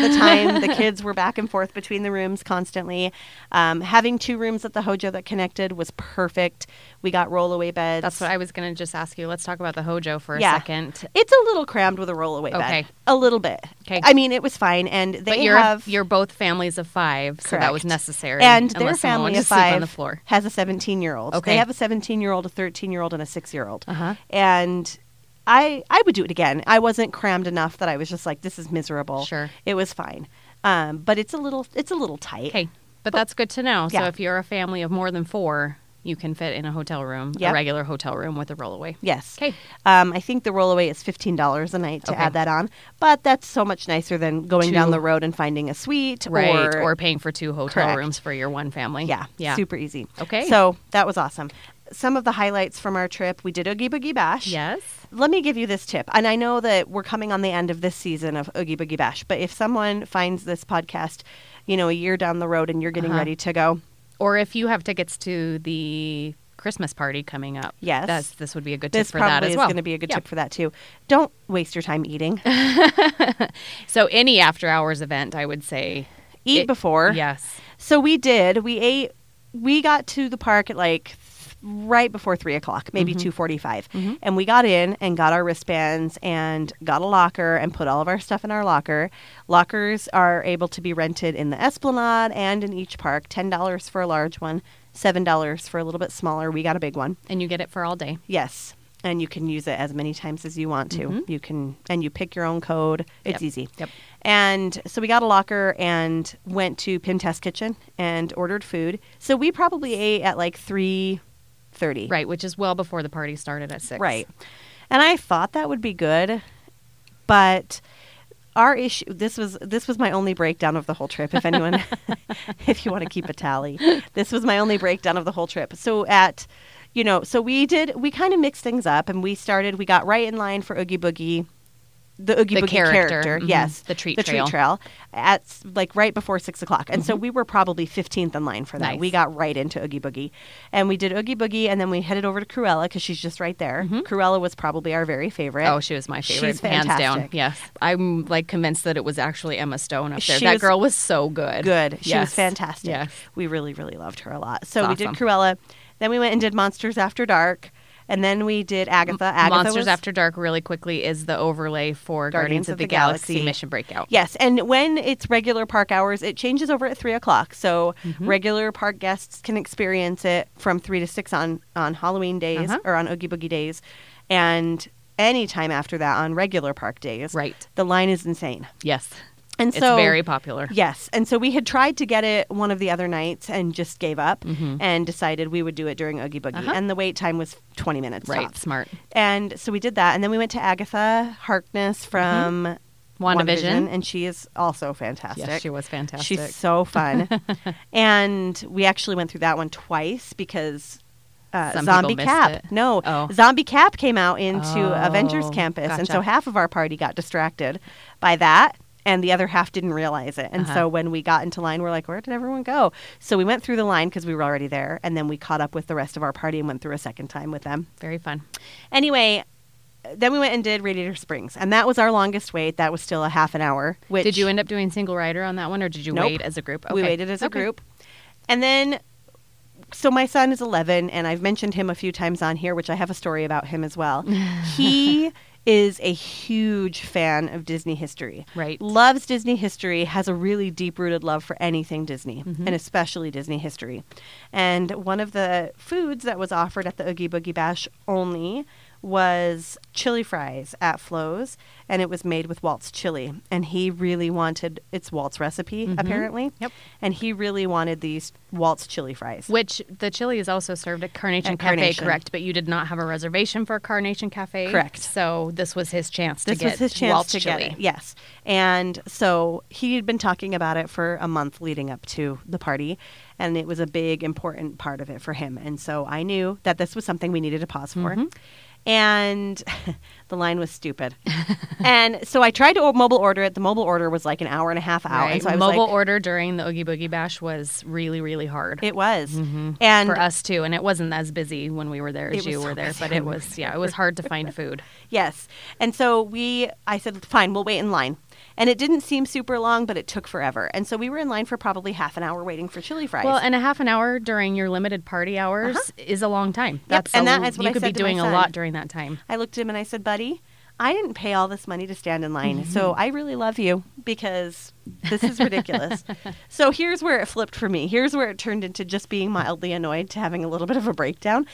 Speaker 2: of the time. the kids were back and forth between the rooms constantly. Um, having two rooms at the Hojo that connected was perfect. We got rollaway beds.
Speaker 1: That's what I was going to just ask you. Let's talk about the Hojo for a
Speaker 2: Yeah.
Speaker 1: second.
Speaker 2: It's a little crammed with a rollaway
Speaker 1: Okay.
Speaker 2: bed. A little bit.
Speaker 1: 'Kay.
Speaker 2: I mean, it was fine. And they
Speaker 1: But you're
Speaker 2: have.
Speaker 1: you're both families of five, so that was
Speaker 2: Correct.
Speaker 1: necessary.
Speaker 2: and their
Speaker 1: unless someone
Speaker 2: family
Speaker 1: wanted
Speaker 2: of
Speaker 1: to sleep
Speaker 2: five
Speaker 1: on the floor.
Speaker 2: has a 17 year old.
Speaker 1: Okay.
Speaker 2: They have a 17 year old, a 13 year old, and a six year old.
Speaker 1: Uh-huh.
Speaker 2: And I I would do it again. I wasn't crammed enough that I was just like, this is miserable.
Speaker 1: Sure.
Speaker 2: it was fine. Um, but it's a little it's a little tight.
Speaker 1: Okay, but that's good to know. So
Speaker 2: Yeah.
Speaker 1: if you're a family of more than four, you can fit in a hotel room, a
Speaker 2: Yep.
Speaker 1: regular hotel room with a rollaway.
Speaker 2: Yes.
Speaker 1: 'Kay.
Speaker 2: Um, I think the rollaway is fifteen dollars a night to
Speaker 1: Okay.
Speaker 2: add that on, but that's so much nicer than going
Speaker 1: Two.
Speaker 2: down the road and finding a suite
Speaker 1: Right,
Speaker 2: or
Speaker 1: or, paying for two hotel
Speaker 2: Correct.
Speaker 1: rooms for your one family.
Speaker 2: Yeah,
Speaker 1: yeah.
Speaker 2: super easy.
Speaker 1: Okay.
Speaker 2: So that was awesome. Some of the highlights from our trip, we did Oogie Boogie Bash.
Speaker 1: Yes.
Speaker 2: Let me give you this tip. And I know that we're coming on the end of this season of Oogie Boogie Bash, but if someone finds this podcast, you know, a year down the road and you're
Speaker 1: Uh-huh.
Speaker 2: getting ready to go,
Speaker 1: Or if you have tickets to the Christmas party coming up,
Speaker 2: Yes.
Speaker 1: that's, this would be a good
Speaker 2: this
Speaker 1: tip for that
Speaker 2: probably
Speaker 1: as
Speaker 2: is
Speaker 1: well.
Speaker 2: going to be a good
Speaker 1: Yeah.
Speaker 2: tip for that too. Don't waste your time eating.
Speaker 1: So any after hours event, I would say.
Speaker 2: Eat
Speaker 1: It-
Speaker 2: before.
Speaker 1: Yes.
Speaker 2: So we did. We ate. We got to the park at like th- right before three o'clock, maybe two and we got in and got our wristbands and got a locker and put all of our stuff in our locker. Lockers are able to be rented in the Esplanade and in each park. Ten dollars for a large one, seven dollars for a little bit smaller. We got a big one.
Speaker 1: And you get it for all day.
Speaker 2: Yes. And you can use it as many times as you want to. You can, and you pick your own code. It's
Speaker 1: Yep.
Speaker 2: easy.
Speaker 1: Yep.
Speaker 2: And so we got a locker and went to Pim Test Kitchen and ordered food. So we probably ate at like three thirty.
Speaker 1: Right, which is well before the party started at 6.
Speaker 2: Right. And I thought that would be good, but our issue this was this was my only breakdown of the whole trip if anyone if you want to keep a tally. This was my only breakdown of the whole trip. So at you know, so we did we kind of mixed things up and we started we got right in line for Oogie Boogie the Oogie
Speaker 1: The
Speaker 2: Boogie
Speaker 1: character,
Speaker 2: character,
Speaker 1: mhm,
Speaker 2: yes,
Speaker 1: the treat
Speaker 2: the
Speaker 1: trail.
Speaker 2: treat trail at s- like right before six o'clock, and so we were probably fifteenth in line for that.
Speaker 1: Mm-hmm. Nice.
Speaker 2: We got right into Oogie Boogie, and we did Oogie Boogie, and then we headed over to Cruella because she's just right there. Cruella was probably our very favorite.
Speaker 1: Mm-hmm. Oh, she was my favorite,
Speaker 2: She's
Speaker 1: hands down.
Speaker 2: fantastic.
Speaker 1: Yes, I'm like convinced that it was actually Emma Stone up there.
Speaker 2: She
Speaker 1: that
Speaker 2: was
Speaker 1: girl was so good.
Speaker 2: good. She was
Speaker 1: Yes.
Speaker 2: fantastic.
Speaker 1: Yes.
Speaker 2: We really, really loved her a lot. So we did
Speaker 1: awesome.
Speaker 2: Cruella, then we went and did Monsters After Dark, and then we did Agatha. Agatha
Speaker 1: Monsters
Speaker 2: was-
Speaker 1: After Dark really quickly is the overlay for Guardians, of the, Galaxy, Mission Breakout.
Speaker 2: Yes, and when it's regular park hours, it changes over at three o'clock. So
Speaker 1: Mm-hmm.
Speaker 2: regular park guests can experience it from three to six on on Halloween days
Speaker 1: Uh-huh.
Speaker 2: or on Oogie Boogie days, and any time after that on regular park days.
Speaker 1: Right.
Speaker 2: the line is insane,
Speaker 1: Yes.
Speaker 2: and
Speaker 1: It's
Speaker 2: so
Speaker 1: very popular.
Speaker 2: Yes, and so we had tried to get it one of the other nights and just gave up
Speaker 1: Mm-hmm.
Speaker 2: and decided we would do it during Oogie Boogie, and the wait time was twenty minutes.
Speaker 1: Uh-huh. Right.
Speaker 2: tops.
Speaker 1: Smart.
Speaker 2: And so we did that, and then we went to Agatha Harkness from
Speaker 1: Mm-hmm. WandaVision.
Speaker 2: and she is also fantastic.
Speaker 1: Yes, she was fantastic.
Speaker 2: She's so fun, and we actually went through that one twice because uh,
Speaker 1: Some
Speaker 2: Zombie
Speaker 1: people missed
Speaker 2: Cap.
Speaker 1: it.
Speaker 2: No,
Speaker 1: Oh.
Speaker 2: Zombie Cap came out into Avengers
Speaker 1: Oh,
Speaker 2: Campus, and
Speaker 1: gotcha.
Speaker 2: so half of our party got distracted by that. And the other half didn't realize it. And
Speaker 1: Uh-huh.
Speaker 2: so when we got into line, we're like, where did everyone go? So we went through the line because we were already there. And then we caught up with the rest of our party and went through a second time with them.
Speaker 1: very fun.
Speaker 2: Anyway, then we went and did Radiator Springs. And that was our longest wait. That was still a half an hour. Which
Speaker 1: Did you end up doing single rider on that one, or did you
Speaker 2: Nope.
Speaker 1: wait as a group?
Speaker 2: we
Speaker 1: Okay.
Speaker 2: waited as a
Speaker 1: Okay.
Speaker 2: group. And then so my son is 11 and I've mentioned him a few times on here, which I have a story about him as well. he is a huge fan of Disney history.
Speaker 1: Right.
Speaker 2: Loves Disney history, has a really deep-rooted love for anything Disney, and especially Disney history. And one of the foods that was offered at the Oogie Boogie Bash only was chili fries at Flo's, and it was made with Walt's chili. And he really wanted it's Walt's recipe, apparently.
Speaker 1: Yep.
Speaker 2: And he really wanted these Walt's chili fries.
Speaker 1: Which the chili is also served at Carnation
Speaker 2: At
Speaker 1: Cafe,
Speaker 2: Carnation.
Speaker 1: correct? But you did not have a reservation for Carnation Cafe,
Speaker 2: Correct.
Speaker 1: So this was his chance to
Speaker 2: this
Speaker 1: get
Speaker 2: was his chance
Speaker 1: Walt's
Speaker 2: to
Speaker 1: chili.
Speaker 2: get it. Yes, and so he had been talking about it for a month leading up to the party, and it was a big important part of it for him. And so I knew that this was something we needed to pause for.
Speaker 1: Mm-hmm.
Speaker 2: And the line was stupid. and so I tried to o- mobile order it. The mobile order was like an hour and a half out.
Speaker 1: Right.
Speaker 2: And so I was
Speaker 1: Mobile
Speaker 2: like,
Speaker 1: order during the Oogie Boogie Bash was really, really hard
Speaker 2: it was. And
Speaker 1: Mm-hmm. for us too, and it wasn't as busy when we were there as
Speaker 2: It was
Speaker 1: you
Speaker 2: so
Speaker 1: were there.
Speaker 2: busy
Speaker 1: But it was, yeah, it was hard to find food.
Speaker 2: Yes. And so we, I said, fine, we'll wait in line. And it didn't seem super long, but it took forever. And so we were in line for probably half an hour waiting for chili fries.
Speaker 1: Well, and a half an hour during your limited party hours is a long time. That's
Speaker 2: Uh-huh. and
Speaker 1: a,
Speaker 2: that is what
Speaker 1: you
Speaker 2: I
Speaker 1: could
Speaker 2: said
Speaker 1: be
Speaker 2: to my
Speaker 1: doing a
Speaker 2: son.
Speaker 1: lot during that time.
Speaker 2: I looked at him and I said, buddy, I didn't pay all this money to stand in line. So I really love you because this is ridiculous. so here's where it flipped for me. Here's where it turned into just being mildly annoyed to having a little bit of a breakdown.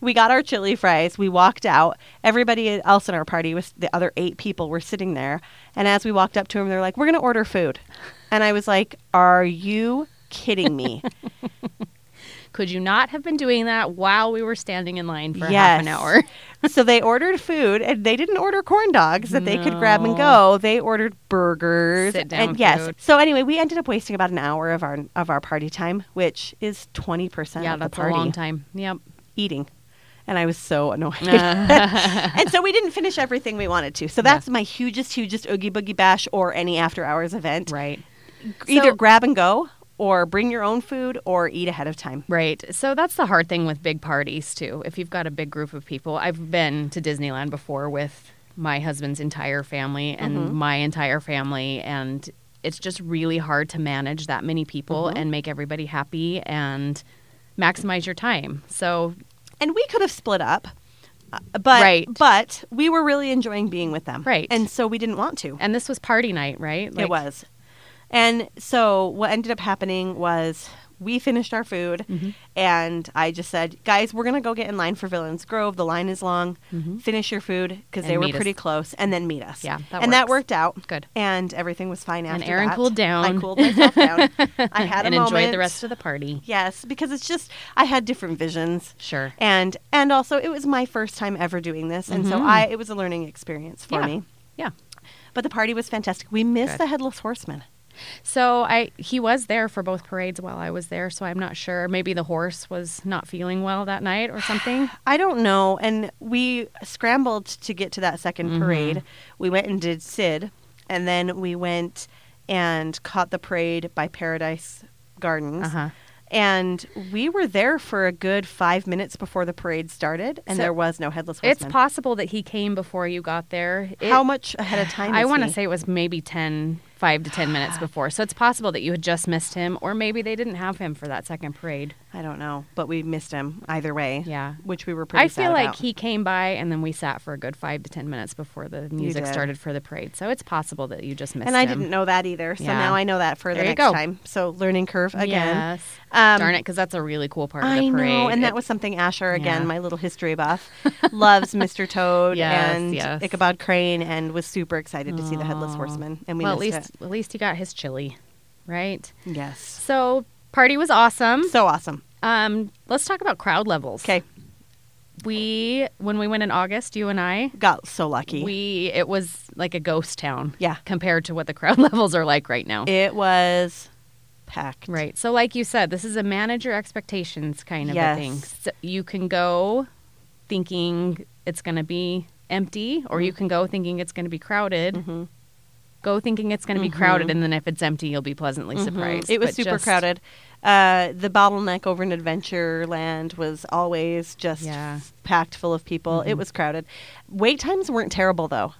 Speaker 2: We got our chili fries. We walked out. Everybody else in our party was the other eight people were sitting there. And as we walked up to him, they're like, we're going to order food. And I was like, are you kidding me?
Speaker 1: Could you not have been doing that while we were standing in line for half an
Speaker 2: Yes.
Speaker 1: hour?
Speaker 2: so they ordered food and they didn't order corn dogs that they could grab and go. They ordered burgers.
Speaker 1: Sit-down
Speaker 2: and yes.
Speaker 1: food.
Speaker 2: So anyway, we ended up wasting about an hour of our of our party time, which is twenty percent
Speaker 1: yeah,
Speaker 2: of the
Speaker 1: that's
Speaker 2: party
Speaker 1: a long time. Yep.
Speaker 2: eating. And I was so annoyed. and so we didn't finish everything we wanted to. So that's my hugest, hugest Oogie Boogie Bash or any after hours event.
Speaker 1: Right.
Speaker 2: Either
Speaker 1: So-
Speaker 2: grab and go or bring your own food or eat ahead of time.
Speaker 1: Right. So that's the hard thing with big parties, too. If you've got a big group of people, I've been to Disneyland before with my husband's entire family and
Speaker 2: Mm-hmm.
Speaker 1: my entire family, and it's just really hard to manage that many people
Speaker 2: Mm-hmm.
Speaker 1: and make everybody happy and maximize your time. So,
Speaker 2: and we could have split up uh, but
Speaker 1: Right.
Speaker 2: but we were really enjoying being with them
Speaker 1: Right.
Speaker 2: and so we didn't want to
Speaker 1: and this was party night, right?
Speaker 2: it was and so what ended up happening was we finished our food
Speaker 1: Mm-hmm.
Speaker 2: and i just said guys we're going to go get in line for villains grove the line is long finish your food because
Speaker 1: Mm-hmm. And
Speaker 2: they were
Speaker 1: meet us.
Speaker 2: pretty close and then meet us
Speaker 1: Yeah, that
Speaker 2: and that
Speaker 1: works.
Speaker 2: worked out
Speaker 1: Good.
Speaker 2: and everything was fine
Speaker 1: And
Speaker 2: after
Speaker 1: Erin
Speaker 2: that.
Speaker 1: cooled down.
Speaker 2: i cooled myself down i had
Speaker 1: and
Speaker 2: a moment
Speaker 1: enjoyed the rest of the party.
Speaker 2: yes because it's just i had different visions
Speaker 1: Sure.
Speaker 2: and and also it was my first time ever doing this and so i it was a learning experience for
Speaker 1: Mm-hmm. Yeah. Yeah.
Speaker 2: me but the party was fantastic we missed
Speaker 1: Good.
Speaker 2: the headless horseman
Speaker 1: So I he was there for both parades while I was there, so I'm not sure. Maybe the horse was not feeling well that night or something.
Speaker 2: i don't know and we scrambled to get to that 2nd
Speaker 1: Mm-hmm.
Speaker 2: parade we went and did sid and then we went and caught the parade by paradise gardens
Speaker 1: Uh-huh.
Speaker 2: and we were there for a good five minutes before the parade started and
Speaker 1: So-
Speaker 2: there was no headless
Speaker 1: It's
Speaker 2: horseman
Speaker 1: possible that he came before you got there. It-
Speaker 2: how much ahead of time
Speaker 1: I
Speaker 2: is
Speaker 1: want to
Speaker 2: he?
Speaker 1: say it was maybe 10, 5 to 10 minutes before. So it's possible that you had just missed him, or maybe they didn't have him for that second parade.
Speaker 2: I don't know, but we missed him either way.
Speaker 1: Yeah.
Speaker 2: which we were pretty.
Speaker 1: I feel
Speaker 2: sad
Speaker 1: like
Speaker 2: about.
Speaker 1: he came by and then we sat for a good 5 to 10 minutes before the music
Speaker 2: did.
Speaker 1: started for the parade. So it's possible that you just missed
Speaker 2: and I
Speaker 1: him.
Speaker 2: didn't know that either. So
Speaker 1: Yeah.
Speaker 2: now I know that for the
Speaker 1: There you
Speaker 2: next
Speaker 1: go.
Speaker 2: time. So learning curve again.
Speaker 1: Yes.
Speaker 2: Um,
Speaker 1: Darn it, because that's a really cool part of
Speaker 2: I
Speaker 1: the parade.
Speaker 2: know, and
Speaker 1: It-
Speaker 2: that was something Asher again,
Speaker 1: Yeah.
Speaker 2: my little history buff, loves Mr. Toad
Speaker 1: Yes,
Speaker 2: and
Speaker 1: yes.
Speaker 2: Ichabod Crane, and was super excited to see the Headless Horseman, and we
Speaker 1: well, at
Speaker 2: missed
Speaker 1: least at least he got his chili, right?
Speaker 2: it. Yes,
Speaker 1: So party was awesome.
Speaker 2: so awesome.
Speaker 1: Um, let's talk about crowd levels.
Speaker 2: Okay,
Speaker 1: we when we went in August, you and I,
Speaker 2: got so lucky.
Speaker 1: we it was like a ghost town.
Speaker 2: Yeah.
Speaker 1: compared to what the crowd levels are like right now.
Speaker 2: it was packed.
Speaker 1: right. So, like you said, this is a manager expectations kind of
Speaker 2: Yes.
Speaker 1: a thing. So you can go thinking it's going to be empty, or
Speaker 2: Mm-hmm.
Speaker 1: you can go thinking it's going to be crowded. Go thinking it's going to be crowded, and then if it's empty, you'll be pleasantly surprised.
Speaker 2: Mm-hmm. It was
Speaker 1: But
Speaker 2: super
Speaker 1: just-
Speaker 2: crowded. Uh, the bottleneck over in Adventureland was always just
Speaker 1: Yeah. Mm-hmm.
Speaker 2: f- packed full of people. It was crowded. Wait times weren't terrible though.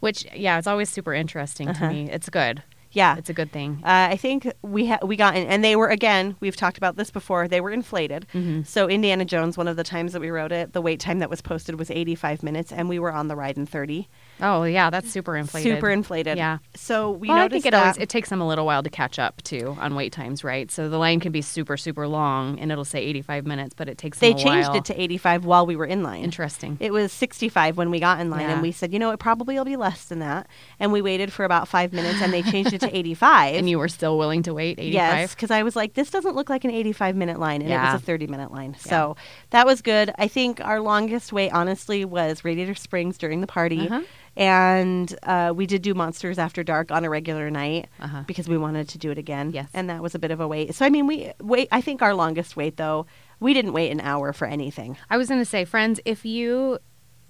Speaker 1: Which, yeah, it's always super interesting to me. It's good.
Speaker 2: Uh-huh. Yeah.
Speaker 1: It's a good thing.
Speaker 2: Uh, I think we ha- we got in, and they were again. We've talked about this before. They were inflated.
Speaker 1: Mm-hmm.
Speaker 2: So Indiana Jones, one of the times that we rode it, the wait time that was posted was 85 minutes, and we were on the ride in 30.
Speaker 1: Oh yeah, that's super inflated.
Speaker 2: Super inflated.
Speaker 1: Yeah.
Speaker 2: So we
Speaker 1: well, I
Speaker 2: noticed
Speaker 1: think it
Speaker 2: that.
Speaker 1: always it takes them a little while to catch up too on wait times, right? So the line can be super super long, and it'll say 85 minutes, but it takes
Speaker 2: they
Speaker 1: them a
Speaker 2: changed
Speaker 1: while.
Speaker 2: it to 85 while we were in line.
Speaker 1: interesting.
Speaker 2: It was 65 when we got in line,
Speaker 1: Yeah.
Speaker 2: and we said, you know, it probably will be less than that. And we waited for about five minutes, and they changed it to 85.
Speaker 1: and you were still willing to wait 85.
Speaker 2: Yes, because I was like, this doesn't look like an 85 minute line, and it
Speaker 1: Yeah.
Speaker 2: was a 30 minute line. So that was good. I think our longest wait, honestly, was Radiator Springs during the party.
Speaker 1: Uh-huh.
Speaker 2: And uh, we did do Monsters After Dark on a regular night
Speaker 1: Uh-huh.
Speaker 2: because we wanted to do it again.
Speaker 1: Yes.
Speaker 2: And that was a bit of a wait. So, I mean, we wait, I think our longest wait, though, we didn't wait an hour for anything.
Speaker 1: I was going to say, friends, if you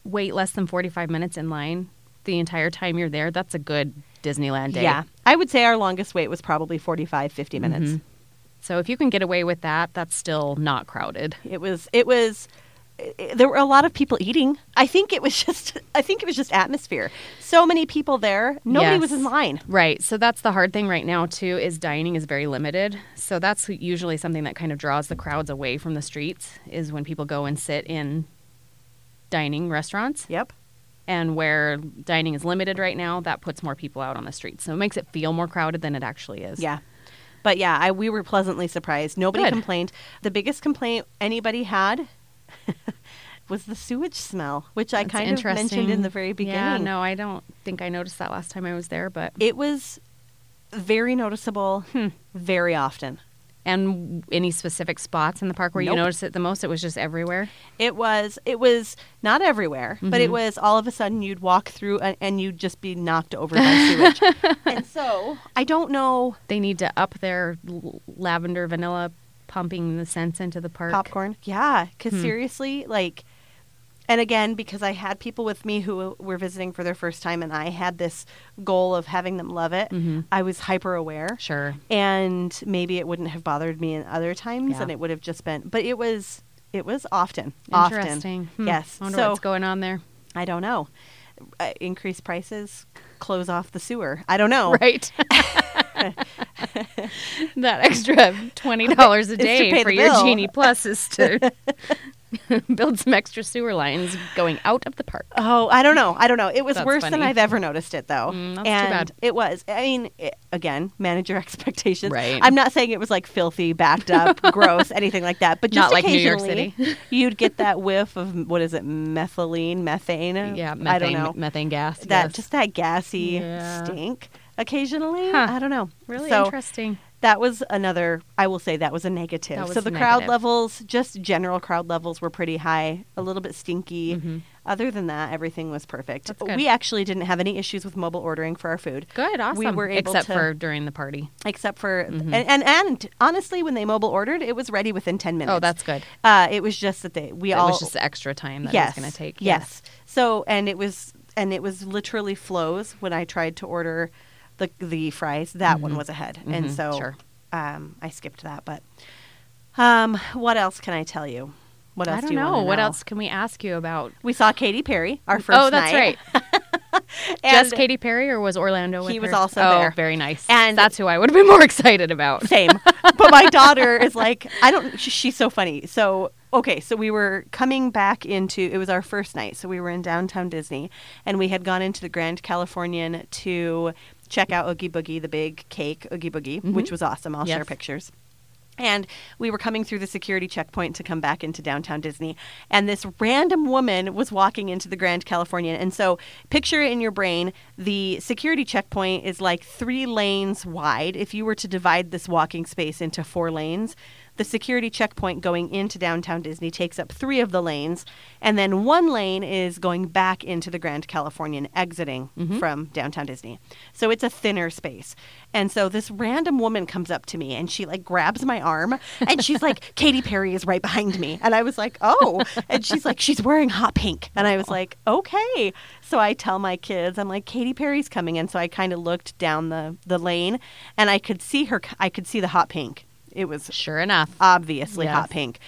Speaker 1: wait less than 45 minutes in line the entire time you're there, that's a good Disneyland day.
Speaker 2: Yeah. I would say our longest wait was probably 45, 50
Speaker 1: Mm-hmm.
Speaker 2: minutes.
Speaker 1: So if you can get away with that, that's still not crowded.
Speaker 2: It was it was i- i- there were a lot of people eating. I think it was just I think it was just atmosphere. So many people there. Nobody was
Speaker 1: Yes.
Speaker 2: in line.
Speaker 1: Right. So that's the hard thing right now too is dining is very limited. So that's usually something that kind of draws the crowds away from the streets is when people go and sit in dining restaurants.
Speaker 2: Yep.
Speaker 1: And where dining is limited right now, that puts more people out on the streets. So it makes it feel more crowded than it actually is.
Speaker 2: Yeah. But yeah, I, we were pleasantly surprised. Nobody
Speaker 1: Good.
Speaker 2: complained. The biggest complaint anybody had was the sewage smell, which I
Speaker 1: That's
Speaker 2: kind of mentioned in
Speaker 1: interesting.
Speaker 2: the very beginning.
Speaker 1: Yeah, no, I don't think I noticed that last time I was there, but
Speaker 2: It was very noticeable
Speaker 1: Hmm.
Speaker 2: very often.
Speaker 1: and any specific spots in the park where
Speaker 2: Nope.
Speaker 1: you noticed it the most? It was just everywhere.
Speaker 2: It was it was not everywhere, but
Speaker 1: Mm-hmm.
Speaker 2: it was all of a sudden you'd walk through and, and you'd just be knocked over by sewage. and so I don't know
Speaker 1: They need to up their l- lavender vanilla pumping the scents into the park.
Speaker 2: popcorn. Yeah, because
Speaker 1: Hmm.
Speaker 2: seriously, like, and again because I had people with me who were visiting for their first time, and I had this goal of having them love it.
Speaker 1: Mm-hmm.
Speaker 2: I was hyper aware.
Speaker 1: Sure.
Speaker 2: And maybe it wouldn't have bothered me in other times,
Speaker 1: Yeah.
Speaker 2: and it would have just been. But it was, it was often,
Speaker 1: Interesting.
Speaker 2: often,
Speaker 1: Hmm.
Speaker 2: yes.
Speaker 1: I wonder
Speaker 2: so
Speaker 1: what's going on there.
Speaker 2: I don't know. Uh, increase prices, close off the sewer. I don't know.
Speaker 1: Right. that extra twenty dollars a
Speaker 2: to
Speaker 1: day
Speaker 2: pay
Speaker 1: for
Speaker 2: the
Speaker 1: your
Speaker 2: bill.
Speaker 1: genie plus is to build some extra sewer lines going out of the park.
Speaker 2: Oh, I don't know. I don't know. It was
Speaker 1: That's
Speaker 2: worse than
Speaker 1: funny.
Speaker 2: I've ever noticed it, though.
Speaker 1: Mm, that's too
Speaker 2: and
Speaker 1: bad.
Speaker 2: It was. I mean, it, again, manage your expectations.
Speaker 1: Right.
Speaker 2: I'm not saying it was like filthy, backed up, gross, anything like that. But just
Speaker 1: Not like New York
Speaker 2: occasionally, you'd get that whiff of what is it, methylene, methane?
Speaker 1: Yeah, methane,
Speaker 2: Uh, I don't know.
Speaker 1: methane gas.
Speaker 2: that
Speaker 1: yes.
Speaker 2: just that gassy
Speaker 1: Yeah.
Speaker 2: stink. Occasionally,
Speaker 1: Huh.
Speaker 2: I don't know.
Speaker 1: really
Speaker 2: so,
Speaker 1: interesting.
Speaker 2: that was another i will say that was a negative
Speaker 1: That was
Speaker 2: so the
Speaker 1: negative.
Speaker 2: crowd levels just general crowd levels were pretty high a little bit stinky other than that everything was perfect
Speaker 1: Mm-hmm. That's good.
Speaker 2: we actually didn't have any issues with mobile ordering for our food
Speaker 1: Good, awesome.
Speaker 2: we were able
Speaker 1: except
Speaker 2: to
Speaker 1: for during the party.
Speaker 2: except for
Speaker 1: Mm-hmm.
Speaker 2: and, and and honestly when they mobile ordered it was ready within 10 minutes
Speaker 1: Oh, that's good.
Speaker 2: uh, it was just that they we
Speaker 1: It
Speaker 2: all
Speaker 1: was just the extra time that
Speaker 2: yes
Speaker 1: it was going to take.
Speaker 2: yes so and it was and it was literally flows when i tried to order the the fries that one was ahead and
Speaker 1: Mhm,
Speaker 2: so
Speaker 1: sure.
Speaker 2: um, i skipped that but um, what else can i tell you what else
Speaker 1: I don't
Speaker 2: do you
Speaker 1: know.
Speaker 2: wanna Oh,
Speaker 1: What else can we ask you about?
Speaker 2: we saw Katy Perry our first
Speaker 1: oh, that's
Speaker 2: night,
Speaker 1: right.
Speaker 2: and
Speaker 1: Just Katy Perry, or was Orlando? With
Speaker 2: He was
Speaker 1: her?
Speaker 2: also
Speaker 1: oh,
Speaker 2: there.
Speaker 1: very nice.
Speaker 2: And-
Speaker 1: that's who I would have been more excited about.
Speaker 2: same but my daughter is like i don't sh- she's so funny so okay so we were coming back into it was our first night so we were in downtown disney and we had gone into the grand californian to check out oogie boogie the big cake oogie boogie which was awesome i'll share
Speaker 1: Yes.
Speaker 2: pictures and we were coming through the security checkpoint to come back into downtown Disney. And this random woman was walking into the Grand Californian. And so, picture in your brain the security checkpoint is like three lanes wide. If you were to divide this walking space into four lanes, the security checkpoint going into downtown Disney takes up three of the lanes. And then one lane is going back into the Grand Californian, exiting from downtown Disney. So, it's a thinner space. And so, this random woman comes up to me and she like grabs my arm and she's like, Katy Perry is right behind me. And I was like, oh. And she's like, she's wearing hot pink. And I was like, okay. So I tell my kids, I'm like, Katy Perry's coming. And so I kind of looked down the, the lane and I could see her, I could see the hot pink. It was
Speaker 1: Sure enough.
Speaker 2: obviously hot
Speaker 1: Yes. Mm-hmm.
Speaker 2: pink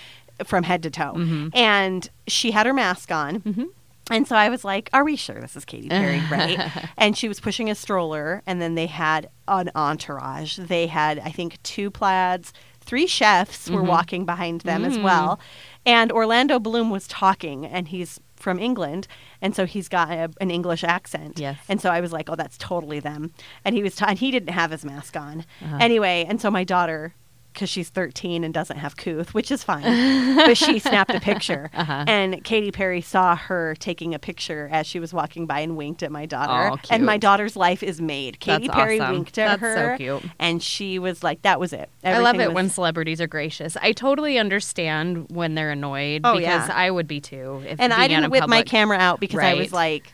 Speaker 2: from head to toe. And she had her mask on. And so I was like, "Are we sure this is Katy Perry, right?" and she was pushing a stroller, and then they had an entourage. They had, I think, two plaids. Three chefs
Speaker 1: Mm-hmm.
Speaker 2: were walking behind them as
Speaker 1: Mm.
Speaker 2: well, and Orlando Bloom was talking, and he's from England, and so he's got a, an English accent.
Speaker 1: Yes.
Speaker 2: And so I was like, "Oh, that's totally them." And he was, ta- and he didn't have his mask on
Speaker 1: Uh-huh.
Speaker 2: anyway. And so my daughter because she's 13 and doesn't have couth, which is fine. but she snapped a picture,
Speaker 1: Uh-huh.
Speaker 2: and Katy Perry saw her taking a picture as she was walking by and winked at my daughter.
Speaker 1: Aw,
Speaker 2: And my
Speaker 1: cute.
Speaker 2: daughter's life is made. Katy
Speaker 1: That's
Speaker 2: Perry
Speaker 1: awesome.
Speaker 2: winked at
Speaker 1: That's so
Speaker 2: her,
Speaker 1: cute.
Speaker 2: and she was like, "That was it."
Speaker 1: I love
Speaker 2: Everything
Speaker 1: it
Speaker 2: was-
Speaker 1: when celebrities are gracious. I totally understand when they're annoyed
Speaker 2: Oh,
Speaker 1: because
Speaker 2: yeah.
Speaker 1: I would be too. If
Speaker 2: and I
Speaker 1: being out
Speaker 2: didn't
Speaker 1: in
Speaker 2: whip my
Speaker 1: public-
Speaker 2: camera out because I was
Speaker 1: Right.
Speaker 2: like,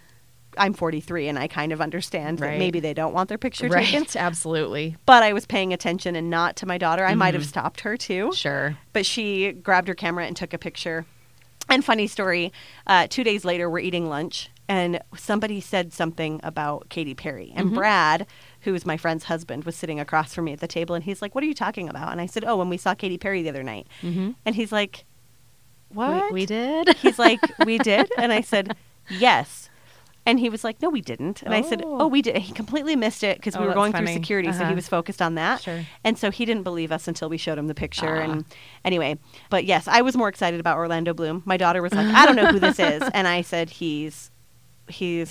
Speaker 2: "I'm 43, and I kind of understand that
Speaker 1: Right.
Speaker 2: maybe they don't want their picture taken."
Speaker 1: Right, absolutely.
Speaker 2: But I was paying attention and not to my daughter. I might have
Speaker 1: Mm-hmm.
Speaker 2: stopped her too.
Speaker 1: Sure.
Speaker 2: but she grabbed her camera and took a picture. And funny story, uh, two days later, we're eating lunch, and somebody said something about Katy Perry.
Speaker 1: Mm-hmm.
Speaker 2: And Brad, who is my friend's husband, was sitting across from me at the table, and he's like, What are you talking about? And I said, Oh, when we saw Katy Perry the other night. And he's like, What?
Speaker 1: Mm-hmm. We, we did.
Speaker 2: He's like, We did? And I said, Yes. And he was like, No, we didn't. And I said,
Speaker 1: Oh.
Speaker 2: Oh, we did. He completely missed it because
Speaker 1: Oh,
Speaker 2: we were
Speaker 1: that's
Speaker 2: going through
Speaker 1: funny.
Speaker 2: security, so he
Speaker 1: Uh-huh.
Speaker 2: was focused on that.
Speaker 1: Sure. Ah.
Speaker 2: And so he didn't believe us until we showed him the picture. And anyway, but yes, I was more excited about Orlando Bloom. My daughter was like, I don't know who this is. And I said, he's he's,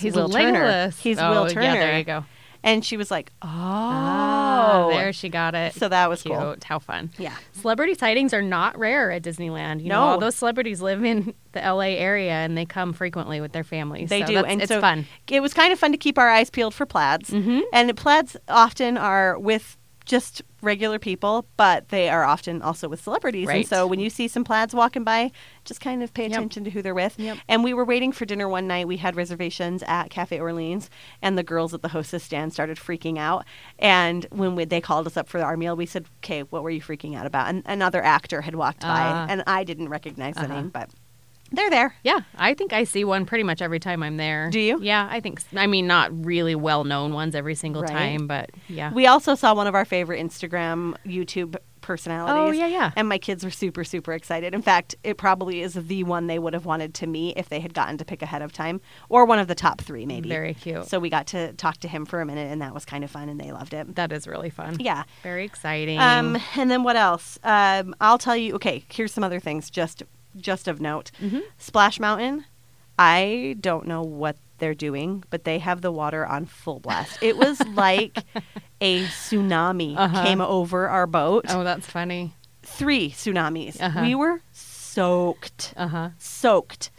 Speaker 1: He's
Speaker 2: Will Turner.
Speaker 1: Legolas.
Speaker 2: He's
Speaker 1: Oh,
Speaker 2: Will Turner.
Speaker 1: Yeah, there you go.
Speaker 2: And she was like,
Speaker 1: Ah,
Speaker 2: oh.
Speaker 1: there she got it.
Speaker 2: So that was
Speaker 1: Cute.
Speaker 2: cool.
Speaker 1: How fun.
Speaker 2: Yeah.
Speaker 1: Celebrity sightings are not rare at Disneyland. You know,
Speaker 2: No.
Speaker 1: all those celebrities live in the LA area and they come frequently with their families.
Speaker 2: They
Speaker 1: so
Speaker 2: do,
Speaker 1: that's-
Speaker 2: and
Speaker 1: it's
Speaker 2: so
Speaker 1: fun.
Speaker 2: it was kind of fun to keep our eyes peeled for
Speaker 1: Mm-hmm.
Speaker 2: plaids. And plaids often are with just regular people, but they are often also with celebrities. And
Speaker 1: Right.
Speaker 2: so when you see some plaids walking by, just kind of pay
Speaker 1: Yep.
Speaker 2: attention to who they're with.
Speaker 1: Yep.
Speaker 2: And we were waiting for dinner one night. We had reservations at Cafe Orleans, and the girls at the hostess stand started freaking out. And when we, they called us up for our meal, we said, "Okay, what were you freaking out about?" And another actor had walked
Speaker 1: Ah. Uh-huh.
Speaker 2: by, and I didn't recognize the name, but they're there.
Speaker 1: Yeah, I think I see one pretty much every time I'm there.
Speaker 2: Do you?
Speaker 1: Yeah, I think. s- I mean, not really well known ones every single
Speaker 2: Right.
Speaker 1: time, but yeah.
Speaker 2: We also saw one of our favorite Instagram, YouTube personalities.
Speaker 1: Oh, yeah, yeah.
Speaker 2: And my kids were super, super excited. In fact, it probably is the one they would have wanted to meet if they had gotten to pick ahead of time, or one of the top three, maybe.
Speaker 1: Very cute.
Speaker 2: So we got to talk to him for a minute, and that was kind of fun, and they loved it.
Speaker 1: that is really fun.
Speaker 2: Yeah.
Speaker 1: Very exciting.
Speaker 2: Um, and then what else? Um, I'll tell you. Okay, here's some other things just just of note.
Speaker 1: Mm-hmm.
Speaker 2: Splash Mountain. I don't know what they're doing, but they have the water on full blast. It was like a tsunami came over our boat.
Speaker 1: Uh-huh. oh, that's funny.
Speaker 2: Three tsunamis.
Speaker 1: Uh-huh.
Speaker 2: We were soaked,
Speaker 1: Uh huh.
Speaker 2: soaked,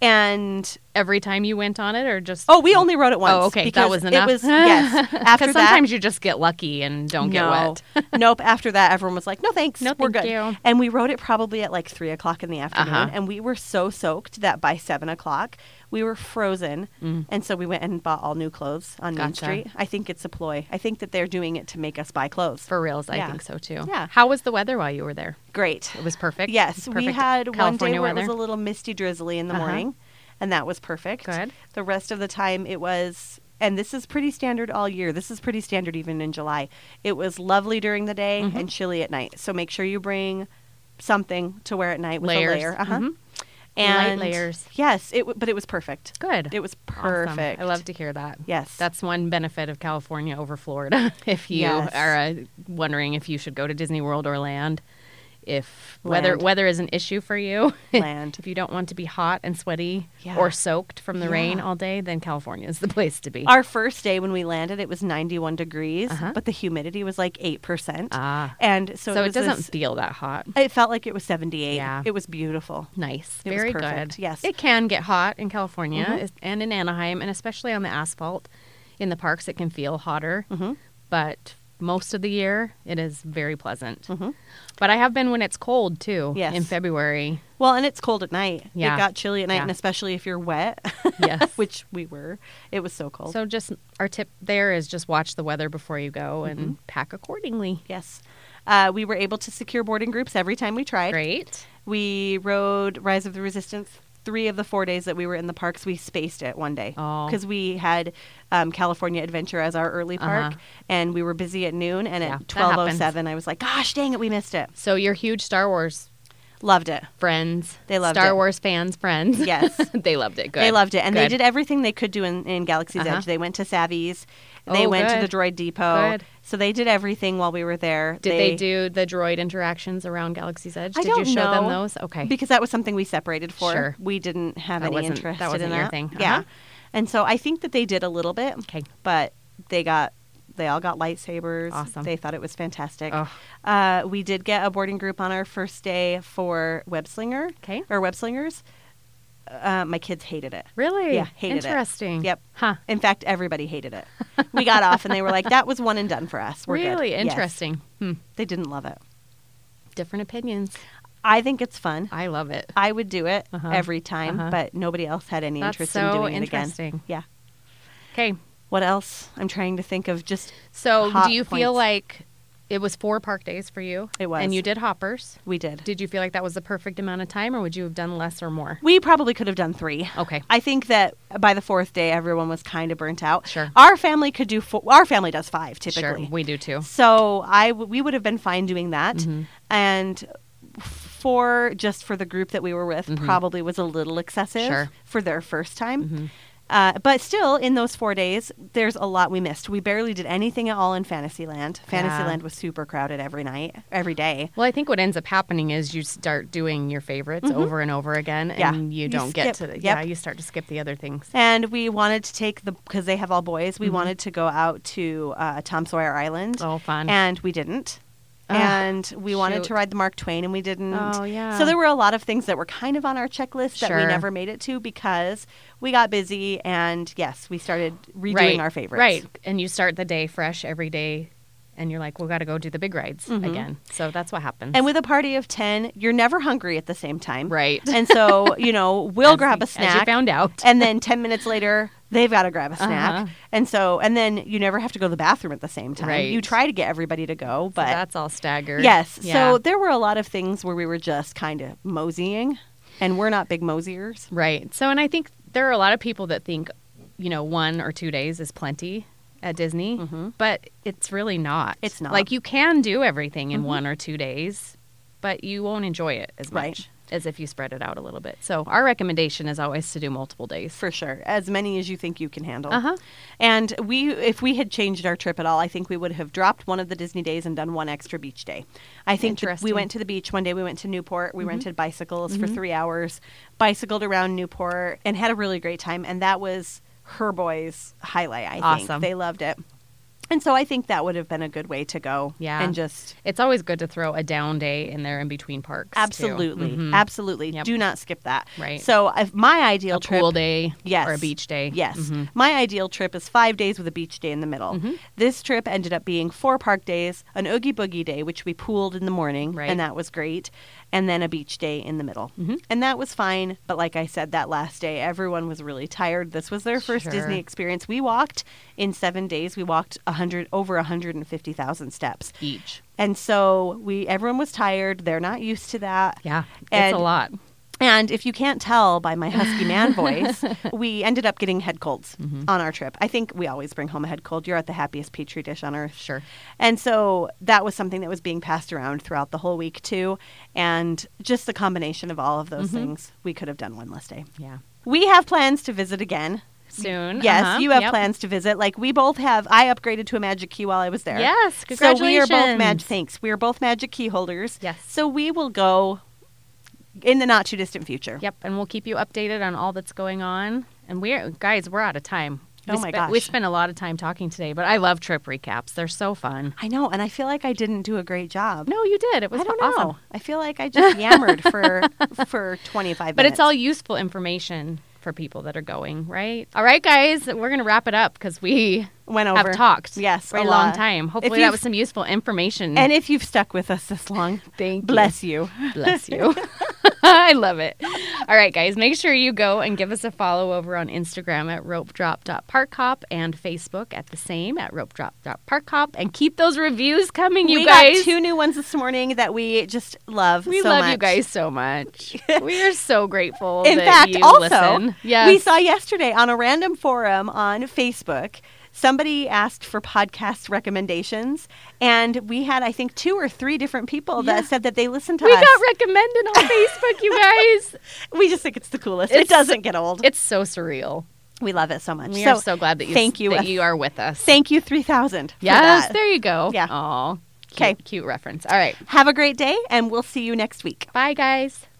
Speaker 2: and
Speaker 1: Every time you went on it, or just
Speaker 2: oh, we only rode it once.
Speaker 1: Oh, okay, that
Speaker 2: because
Speaker 1: was
Speaker 2: It
Speaker 1: enough.
Speaker 2: was yes. After
Speaker 1: because
Speaker 2: that,
Speaker 1: sometimes you just get lucky and don't get wet.
Speaker 2: nope. After that, everyone was like, "No thanks,
Speaker 1: No,
Speaker 2: we're
Speaker 1: thank
Speaker 2: good."
Speaker 1: you.
Speaker 2: And we rode it probably at like three o'clock in the afternoon,
Speaker 1: Uh-huh.
Speaker 2: and we were so soaked that by seven o'clock we were frozen, and so we went and bought all new clothes on Main
Speaker 1: Mm. Gotcha.
Speaker 2: Street. I think it's a ploy. I think that they're doing it to make us buy clothes.
Speaker 1: For reals, I
Speaker 2: Yeah.
Speaker 1: think so too.
Speaker 2: Yeah.
Speaker 1: How was the weather while you were there?
Speaker 2: Great.
Speaker 1: It was perfect.
Speaker 2: Yes, we
Speaker 1: Perfect
Speaker 2: had one day
Speaker 1: California
Speaker 2: where it was
Speaker 1: weather?
Speaker 2: a little misty, drizzly in the
Speaker 1: Uh-huh.
Speaker 2: morning, and that was perfect.
Speaker 1: Good.
Speaker 2: The rest of the time it was, and this is pretty standard all year. This is pretty standard even in July. It was lovely during the day
Speaker 1: Mm-hmm.
Speaker 2: and chilly at night. So make sure you bring something to wear at night with
Speaker 1: Layers.
Speaker 2: a layer. Uh-huh.
Speaker 1: Mhm.
Speaker 2: And
Speaker 1: layers.
Speaker 2: Yes, it. W- but it was perfect.
Speaker 1: Good.
Speaker 2: It was
Speaker 1: Awesome.
Speaker 2: perfect.
Speaker 1: I love to hear that.
Speaker 2: Yes.
Speaker 1: That's one benefit of California over Florida. If you
Speaker 2: Yes.
Speaker 1: are uh, wondering if you should go to Disney World or land, if weather
Speaker 2: Land.
Speaker 1: weather is an issue for you,
Speaker 2: Land.
Speaker 1: if you don't want to be hot and sweaty
Speaker 2: Yeah.
Speaker 1: or soaked from the rain
Speaker 2: Yeah.
Speaker 1: all day, then California is the place to be.
Speaker 2: Our first day when we landed, it was 91 degrees, but the humidity was like 8%.
Speaker 1: Uh-huh. Ah.
Speaker 2: And so,
Speaker 1: so,
Speaker 2: it,
Speaker 1: it
Speaker 2: was
Speaker 1: doesn't
Speaker 2: this-
Speaker 1: feel that hot.
Speaker 2: It felt like it was 78.
Speaker 1: Yeah.
Speaker 2: It was beautiful.
Speaker 1: Nice.
Speaker 2: It was
Speaker 1: Very
Speaker 2: perfect,
Speaker 1: good.
Speaker 2: yes. Mm-hmm.
Speaker 1: It can get hot in California is- and in Anaheim, and especially on the asphalt in the parks, it can feel hotter.
Speaker 2: Mm-hmm.
Speaker 1: But most of the year, it is very pleasant. But I have been when it's cold too
Speaker 2: Mm-hmm. Yes.
Speaker 1: in February.
Speaker 2: Well, and it's cold at night. It
Speaker 1: Yeah.
Speaker 2: got chilly at night,
Speaker 1: Yeah.
Speaker 2: and especially if you're wet,
Speaker 1: Yes.
Speaker 2: which we were. It was so cold.
Speaker 1: so, just our tip there is just watch the weather before you go and
Speaker 2: Mm-hmm.
Speaker 1: pack accordingly.
Speaker 2: yes. Uh, we were able to secure boarding groups every time we tried.
Speaker 1: Great.
Speaker 2: We rode Rise of the Resistance three of the four days that we were in the parks. We spaced it one day
Speaker 1: Oh.
Speaker 2: because we had um, California Adventure as our early park,
Speaker 1: Uh-huh.
Speaker 2: and we were busy at oh noon. And
Speaker 1: Yeah,
Speaker 2: at
Speaker 1: that happens.
Speaker 2: 12:07, I was like, "Gosh, dang it, we missed it."
Speaker 1: So, you're huge Star Wars
Speaker 2: Loved it.
Speaker 1: friends.
Speaker 2: They loved
Speaker 1: Star
Speaker 2: it.
Speaker 1: Wars fans, friends.
Speaker 2: Yes.
Speaker 1: they loved it. Good.
Speaker 2: They loved it, and they
Speaker 1: Good.
Speaker 2: did everything they could do in, in Galaxy's
Speaker 1: Uh-huh.
Speaker 2: Edge. They went to Savvy's, they
Speaker 1: Oh,
Speaker 2: went to
Speaker 1: good.
Speaker 2: the Droid Depot,
Speaker 1: Good.
Speaker 2: so they did everything while we were there.
Speaker 1: Did they, do the droid interactions around Galaxy's Edge?
Speaker 2: I
Speaker 1: did
Speaker 2: don't
Speaker 1: you show them
Speaker 2: know,
Speaker 1: those? Okay.
Speaker 2: Because that was something we separated for.
Speaker 1: Sure.
Speaker 2: We didn't have
Speaker 1: That
Speaker 2: any
Speaker 1: wasn't- that
Speaker 2: interest in
Speaker 1: wasn't
Speaker 2: that.
Speaker 1: your thing. Uh-huh.
Speaker 2: Yeah, and so I think that they did a little bit,
Speaker 1: okay.
Speaker 2: but they got they all got lightsabers.
Speaker 1: Awesome.
Speaker 2: They thought it was fantastic.
Speaker 1: Oh,
Speaker 2: Uh, we did get a boarding group on our first day for Webslinger
Speaker 1: okay.
Speaker 2: or Webslingers. Uh, my kids hated it.
Speaker 1: Really?
Speaker 2: Yeah, hated it.
Speaker 1: Interesting.
Speaker 2: Yep.
Speaker 1: Huh.
Speaker 2: In fact, everybody hated it. We got off and they were like, that was one and done for us. We're good."
Speaker 1: really
Speaker 2: Yes.
Speaker 1: interesting. Hmm.
Speaker 2: They didn't love it.
Speaker 1: Different opinions.
Speaker 2: I think it's fun.
Speaker 1: I love it.
Speaker 2: I would do it
Speaker 1: Uh-huh.
Speaker 2: every time,
Speaker 1: Uh-huh.
Speaker 2: but nobody else had any
Speaker 1: That's
Speaker 2: interest
Speaker 1: so
Speaker 2: in doing it again.
Speaker 1: interesting.
Speaker 2: Yeah.
Speaker 1: Okay.
Speaker 2: What else? I'm trying to think of just
Speaker 1: So,
Speaker 2: Hot
Speaker 1: do you feel
Speaker 2: points.
Speaker 1: like it was four park days for you?
Speaker 2: It was.
Speaker 1: And you did hoppers.
Speaker 2: we did.
Speaker 1: Did you feel like that was the perfect amount of time, or would you have done less or more?
Speaker 2: We probably could have done three.
Speaker 1: Okay.
Speaker 2: I think that by the fourth day, everyone was kind of burnt out.
Speaker 1: Sure.
Speaker 2: Our family could do four. Our family does five typically.
Speaker 1: Sure. We do too.
Speaker 2: So I w- we would have been fine doing that,
Speaker 1: Mm-hmm.
Speaker 2: and for just for the group that we were with, probably was a little excessive
Speaker 1: Mm-hmm. Sure. Mm-hmm.
Speaker 2: for their first time. Uh, but still, in those four days, there's a lot we missed. We barely did anything at all in Fantasyland. Fantasyland was super crowded every night, every day.
Speaker 1: Well, I think what ends up happening is you start doing your favorites over and over again,
Speaker 2: Mm-hmm. Yeah.
Speaker 1: and you
Speaker 2: You
Speaker 1: don't get
Speaker 2: skip.
Speaker 1: to the
Speaker 2: Yep.
Speaker 1: yeah. You start to skip the other things.
Speaker 2: And we wanted to take the because they have all boys. We wanted to go out to uh, Tom Sawyer Island,
Speaker 1: Mm-hmm. Oh, fun.
Speaker 2: and we didn't.
Speaker 1: Ah,
Speaker 2: and we wanted to
Speaker 1: shoot.
Speaker 2: ride the Mark Twain, and we didn't.
Speaker 1: Oh, yeah.
Speaker 2: So there were a lot of things that were kind of on our checklist that we
Speaker 1: Sure.
Speaker 2: never made it to because we got busy, and yes, we started redoing
Speaker 1: right.
Speaker 2: our favorites.
Speaker 1: Right. And you start the day fresh every day, and you're like, we got to go do the big rides again. So that's what happens.
Speaker 2: Mm-hmm. And with a party of ten, you're never hungry at the same time.
Speaker 1: right.
Speaker 2: And so you know, we'll
Speaker 1: As-
Speaker 2: grab a
Speaker 1: As you
Speaker 2: snack.
Speaker 1: found out.
Speaker 2: and then 10 minutes later they've got to grab a snack
Speaker 1: Uh-huh.
Speaker 2: and so and then you never have to go to the bathroom at the same time
Speaker 1: Right.
Speaker 2: you try to get everybody to go
Speaker 1: So
Speaker 2: but
Speaker 1: that's all staggered.
Speaker 2: yes
Speaker 1: Yeah.
Speaker 2: so there were a lot of things where we were just kind of moseying and we're not big moseyers
Speaker 1: Right. So, and I think there are a lot of people that think, you know, one or two days is plenty at Disney, but it's really not.
Speaker 2: Mm-hmm. It's not. Mm-hmm.
Speaker 1: Like you can do everything in one or two days, but you won't enjoy it as much
Speaker 2: Right.
Speaker 1: as if you spread it out a little bit. So, our recommendation is always to do multiple days.
Speaker 2: for sure as many as you think you can handle
Speaker 1: Uh huh.
Speaker 2: and we if we had changed our trip at all i think we would have dropped one of the disney days and done one extra beach day i think th- we
Speaker 1: Interesting. Mm-hmm.
Speaker 2: went to the beach one day we went to newport we rented bicycles for three hours bicycled around newport and had a really great time and that was her boys highlight i
Speaker 1: Awesome.
Speaker 2: think they loved it and so i think that would have been a good way to go
Speaker 1: Yeah.
Speaker 2: and just
Speaker 1: It's always good to throw a down day in there in between parks. too.
Speaker 2: absolutely
Speaker 1: Mhm.
Speaker 2: absolutely
Speaker 1: Yep.
Speaker 2: do not skip that
Speaker 1: Right.
Speaker 2: so if my ideal
Speaker 1: A
Speaker 2: trip
Speaker 1: pool day
Speaker 2: Yes.
Speaker 1: or a beach day.
Speaker 2: Yes.
Speaker 1: Mhm.
Speaker 2: My ideal trip is five days with a beach day in the middle.
Speaker 1: Mm-hmm.
Speaker 2: This trip ended up being four park days, an Oogie Boogie day, which we pooled in the morning,
Speaker 1: Right. Mm-hmm.
Speaker 2: and that was great, and then a beach day in the middle. And that was fine. But like I said, that last day, everyone was really tired. This was their first
Speaker 1: Sure.
Speaker 2: Disney experience. We walked in seven days, we walked 100, over 150,000 steps.
Speaker 1: Each.
Speaker 2: And so we everyone was tired. They're not used to that.
Speaker 1: Yeah.
Speaker 2: And-
Speaker 1: it's a lot.
Speaker 2: And if you can't tell by my husky man voice, we ended up getting head colds
Speaker 1: Mm-hmm.
Speaker 2: on our trip. I think we always bring home a head cold. You're at the happiest petri dish on earth.
Speaker 1: Sure.
Speaker 2: And so that was something that was being passed around throughout the whole week, too. And just the combination of all of
Speaker 1: Mm-hmm.
Speaker 2: those things, we could have done one less day.
Speaker 1: Yeah.
Speaker 2: We have plans to visit again.
Speaker 1: Soon.
Speaker 2: Yes,
Speaker 1: Uh-huh.
Speaker 2: you have
Speaker 1: Yep.
Speaker 2: plans to visit. Like we both have. I upgraded to a Magic Key while I was there.
Speaker 1: Yes,
Speaker 2: So we are both
Speaker 1: congratulations.
Speaker 2: magic. Thanks. We are both Magic Key holders.
Speaker 1: Yes.
Speaker 2: So we will go in the not too distant future.
Speaker 1: Yep, and we'll keep you updated on all that's going on. And we're guys, we're out of time. We
Speaker 2: Oh my
Speaker 1: spe- we
Speaker 2: gosh.
Speaker 1: spent a lot of time talking today, but I love trip recaps. They're so fun.
Speaker 2: I know, and I feel like I didn't do a great job.
Speaker 1: No, you did. It was
Speaker 2: I don't know.
Speaker 1: awesome.
Speaker 2: I feel like I just yammered for for 25 minutes.
Speaker 1: But it's all useful information for people that are going, right? All right, guys, we're gonna wrap it up because we
Speaker 2: went over.
Speaker 1: have talked
Speaker 2: Yes,
Speaker 1: for a
Speaker 2: a
Speaker 1: long
Speaker 2: lot.
Speaker 1: time.
Speaker 2: If
Speaker 1: Hopefully, that
Speaker 2: you've-
Speaker 1: was some useful information.
Speaker 2: And if you've stuck with us this long,
Speaker 1: Thank you.
Speaker 2: bless you.
Speaker 1: Bless you. I love it. All right, guys, make sure you go and give us a follow over on Instagram at ropedrop.parkhop and Facebook at the same at ropedrop.parkhop. And keep those reviews coming, you
Speaker 2: we
Speaker 1: guys.
Speaker 2: got two new ones this morning that we just love.
Speaker 1: we
Speaker 2: so
Speaker 1: love
Speaker 2: much.
Speaker 1: you guys so much. we are so grateful.
Speaker 2: In
Speaker 1: that
Speaker 2: fact,
Speaker 1: you
Speaker 2: also,
Speaker 1: listen. Yes.
Speaker 2: we saw yesterday on a random forum on Facebook somebody asked for podcast recommendations, and we had I think two or three different people that said that they listened to
Speaker 1: we
Speaker 2: us.
Speaker 1: got recommended on Facebook, you guys.
Speaker 2: we just think it's the coolest. it
Speaker 1: It's-
Speaker 2: doesn't get old.
Speaker 1: It's so surreal.
Speaker 2: we love it so much.
Speaker 1: We
Speaker 2: so,
Speaker 1: are so glad that you
Speaker 2: thank you.
Speaker 1: that you are with us.
Speaker 2: Thank you, three thousand.
Speaker 1: yes, there you go.
Speaker 2: Yeah.
Speaker 1: Aw, cute-
Speaker 2: 'Kay.
Speaker 1: cute reference. All right,
Speaker 2: Have a great day, and we'll see you next week.
Speaker 1: bye guys.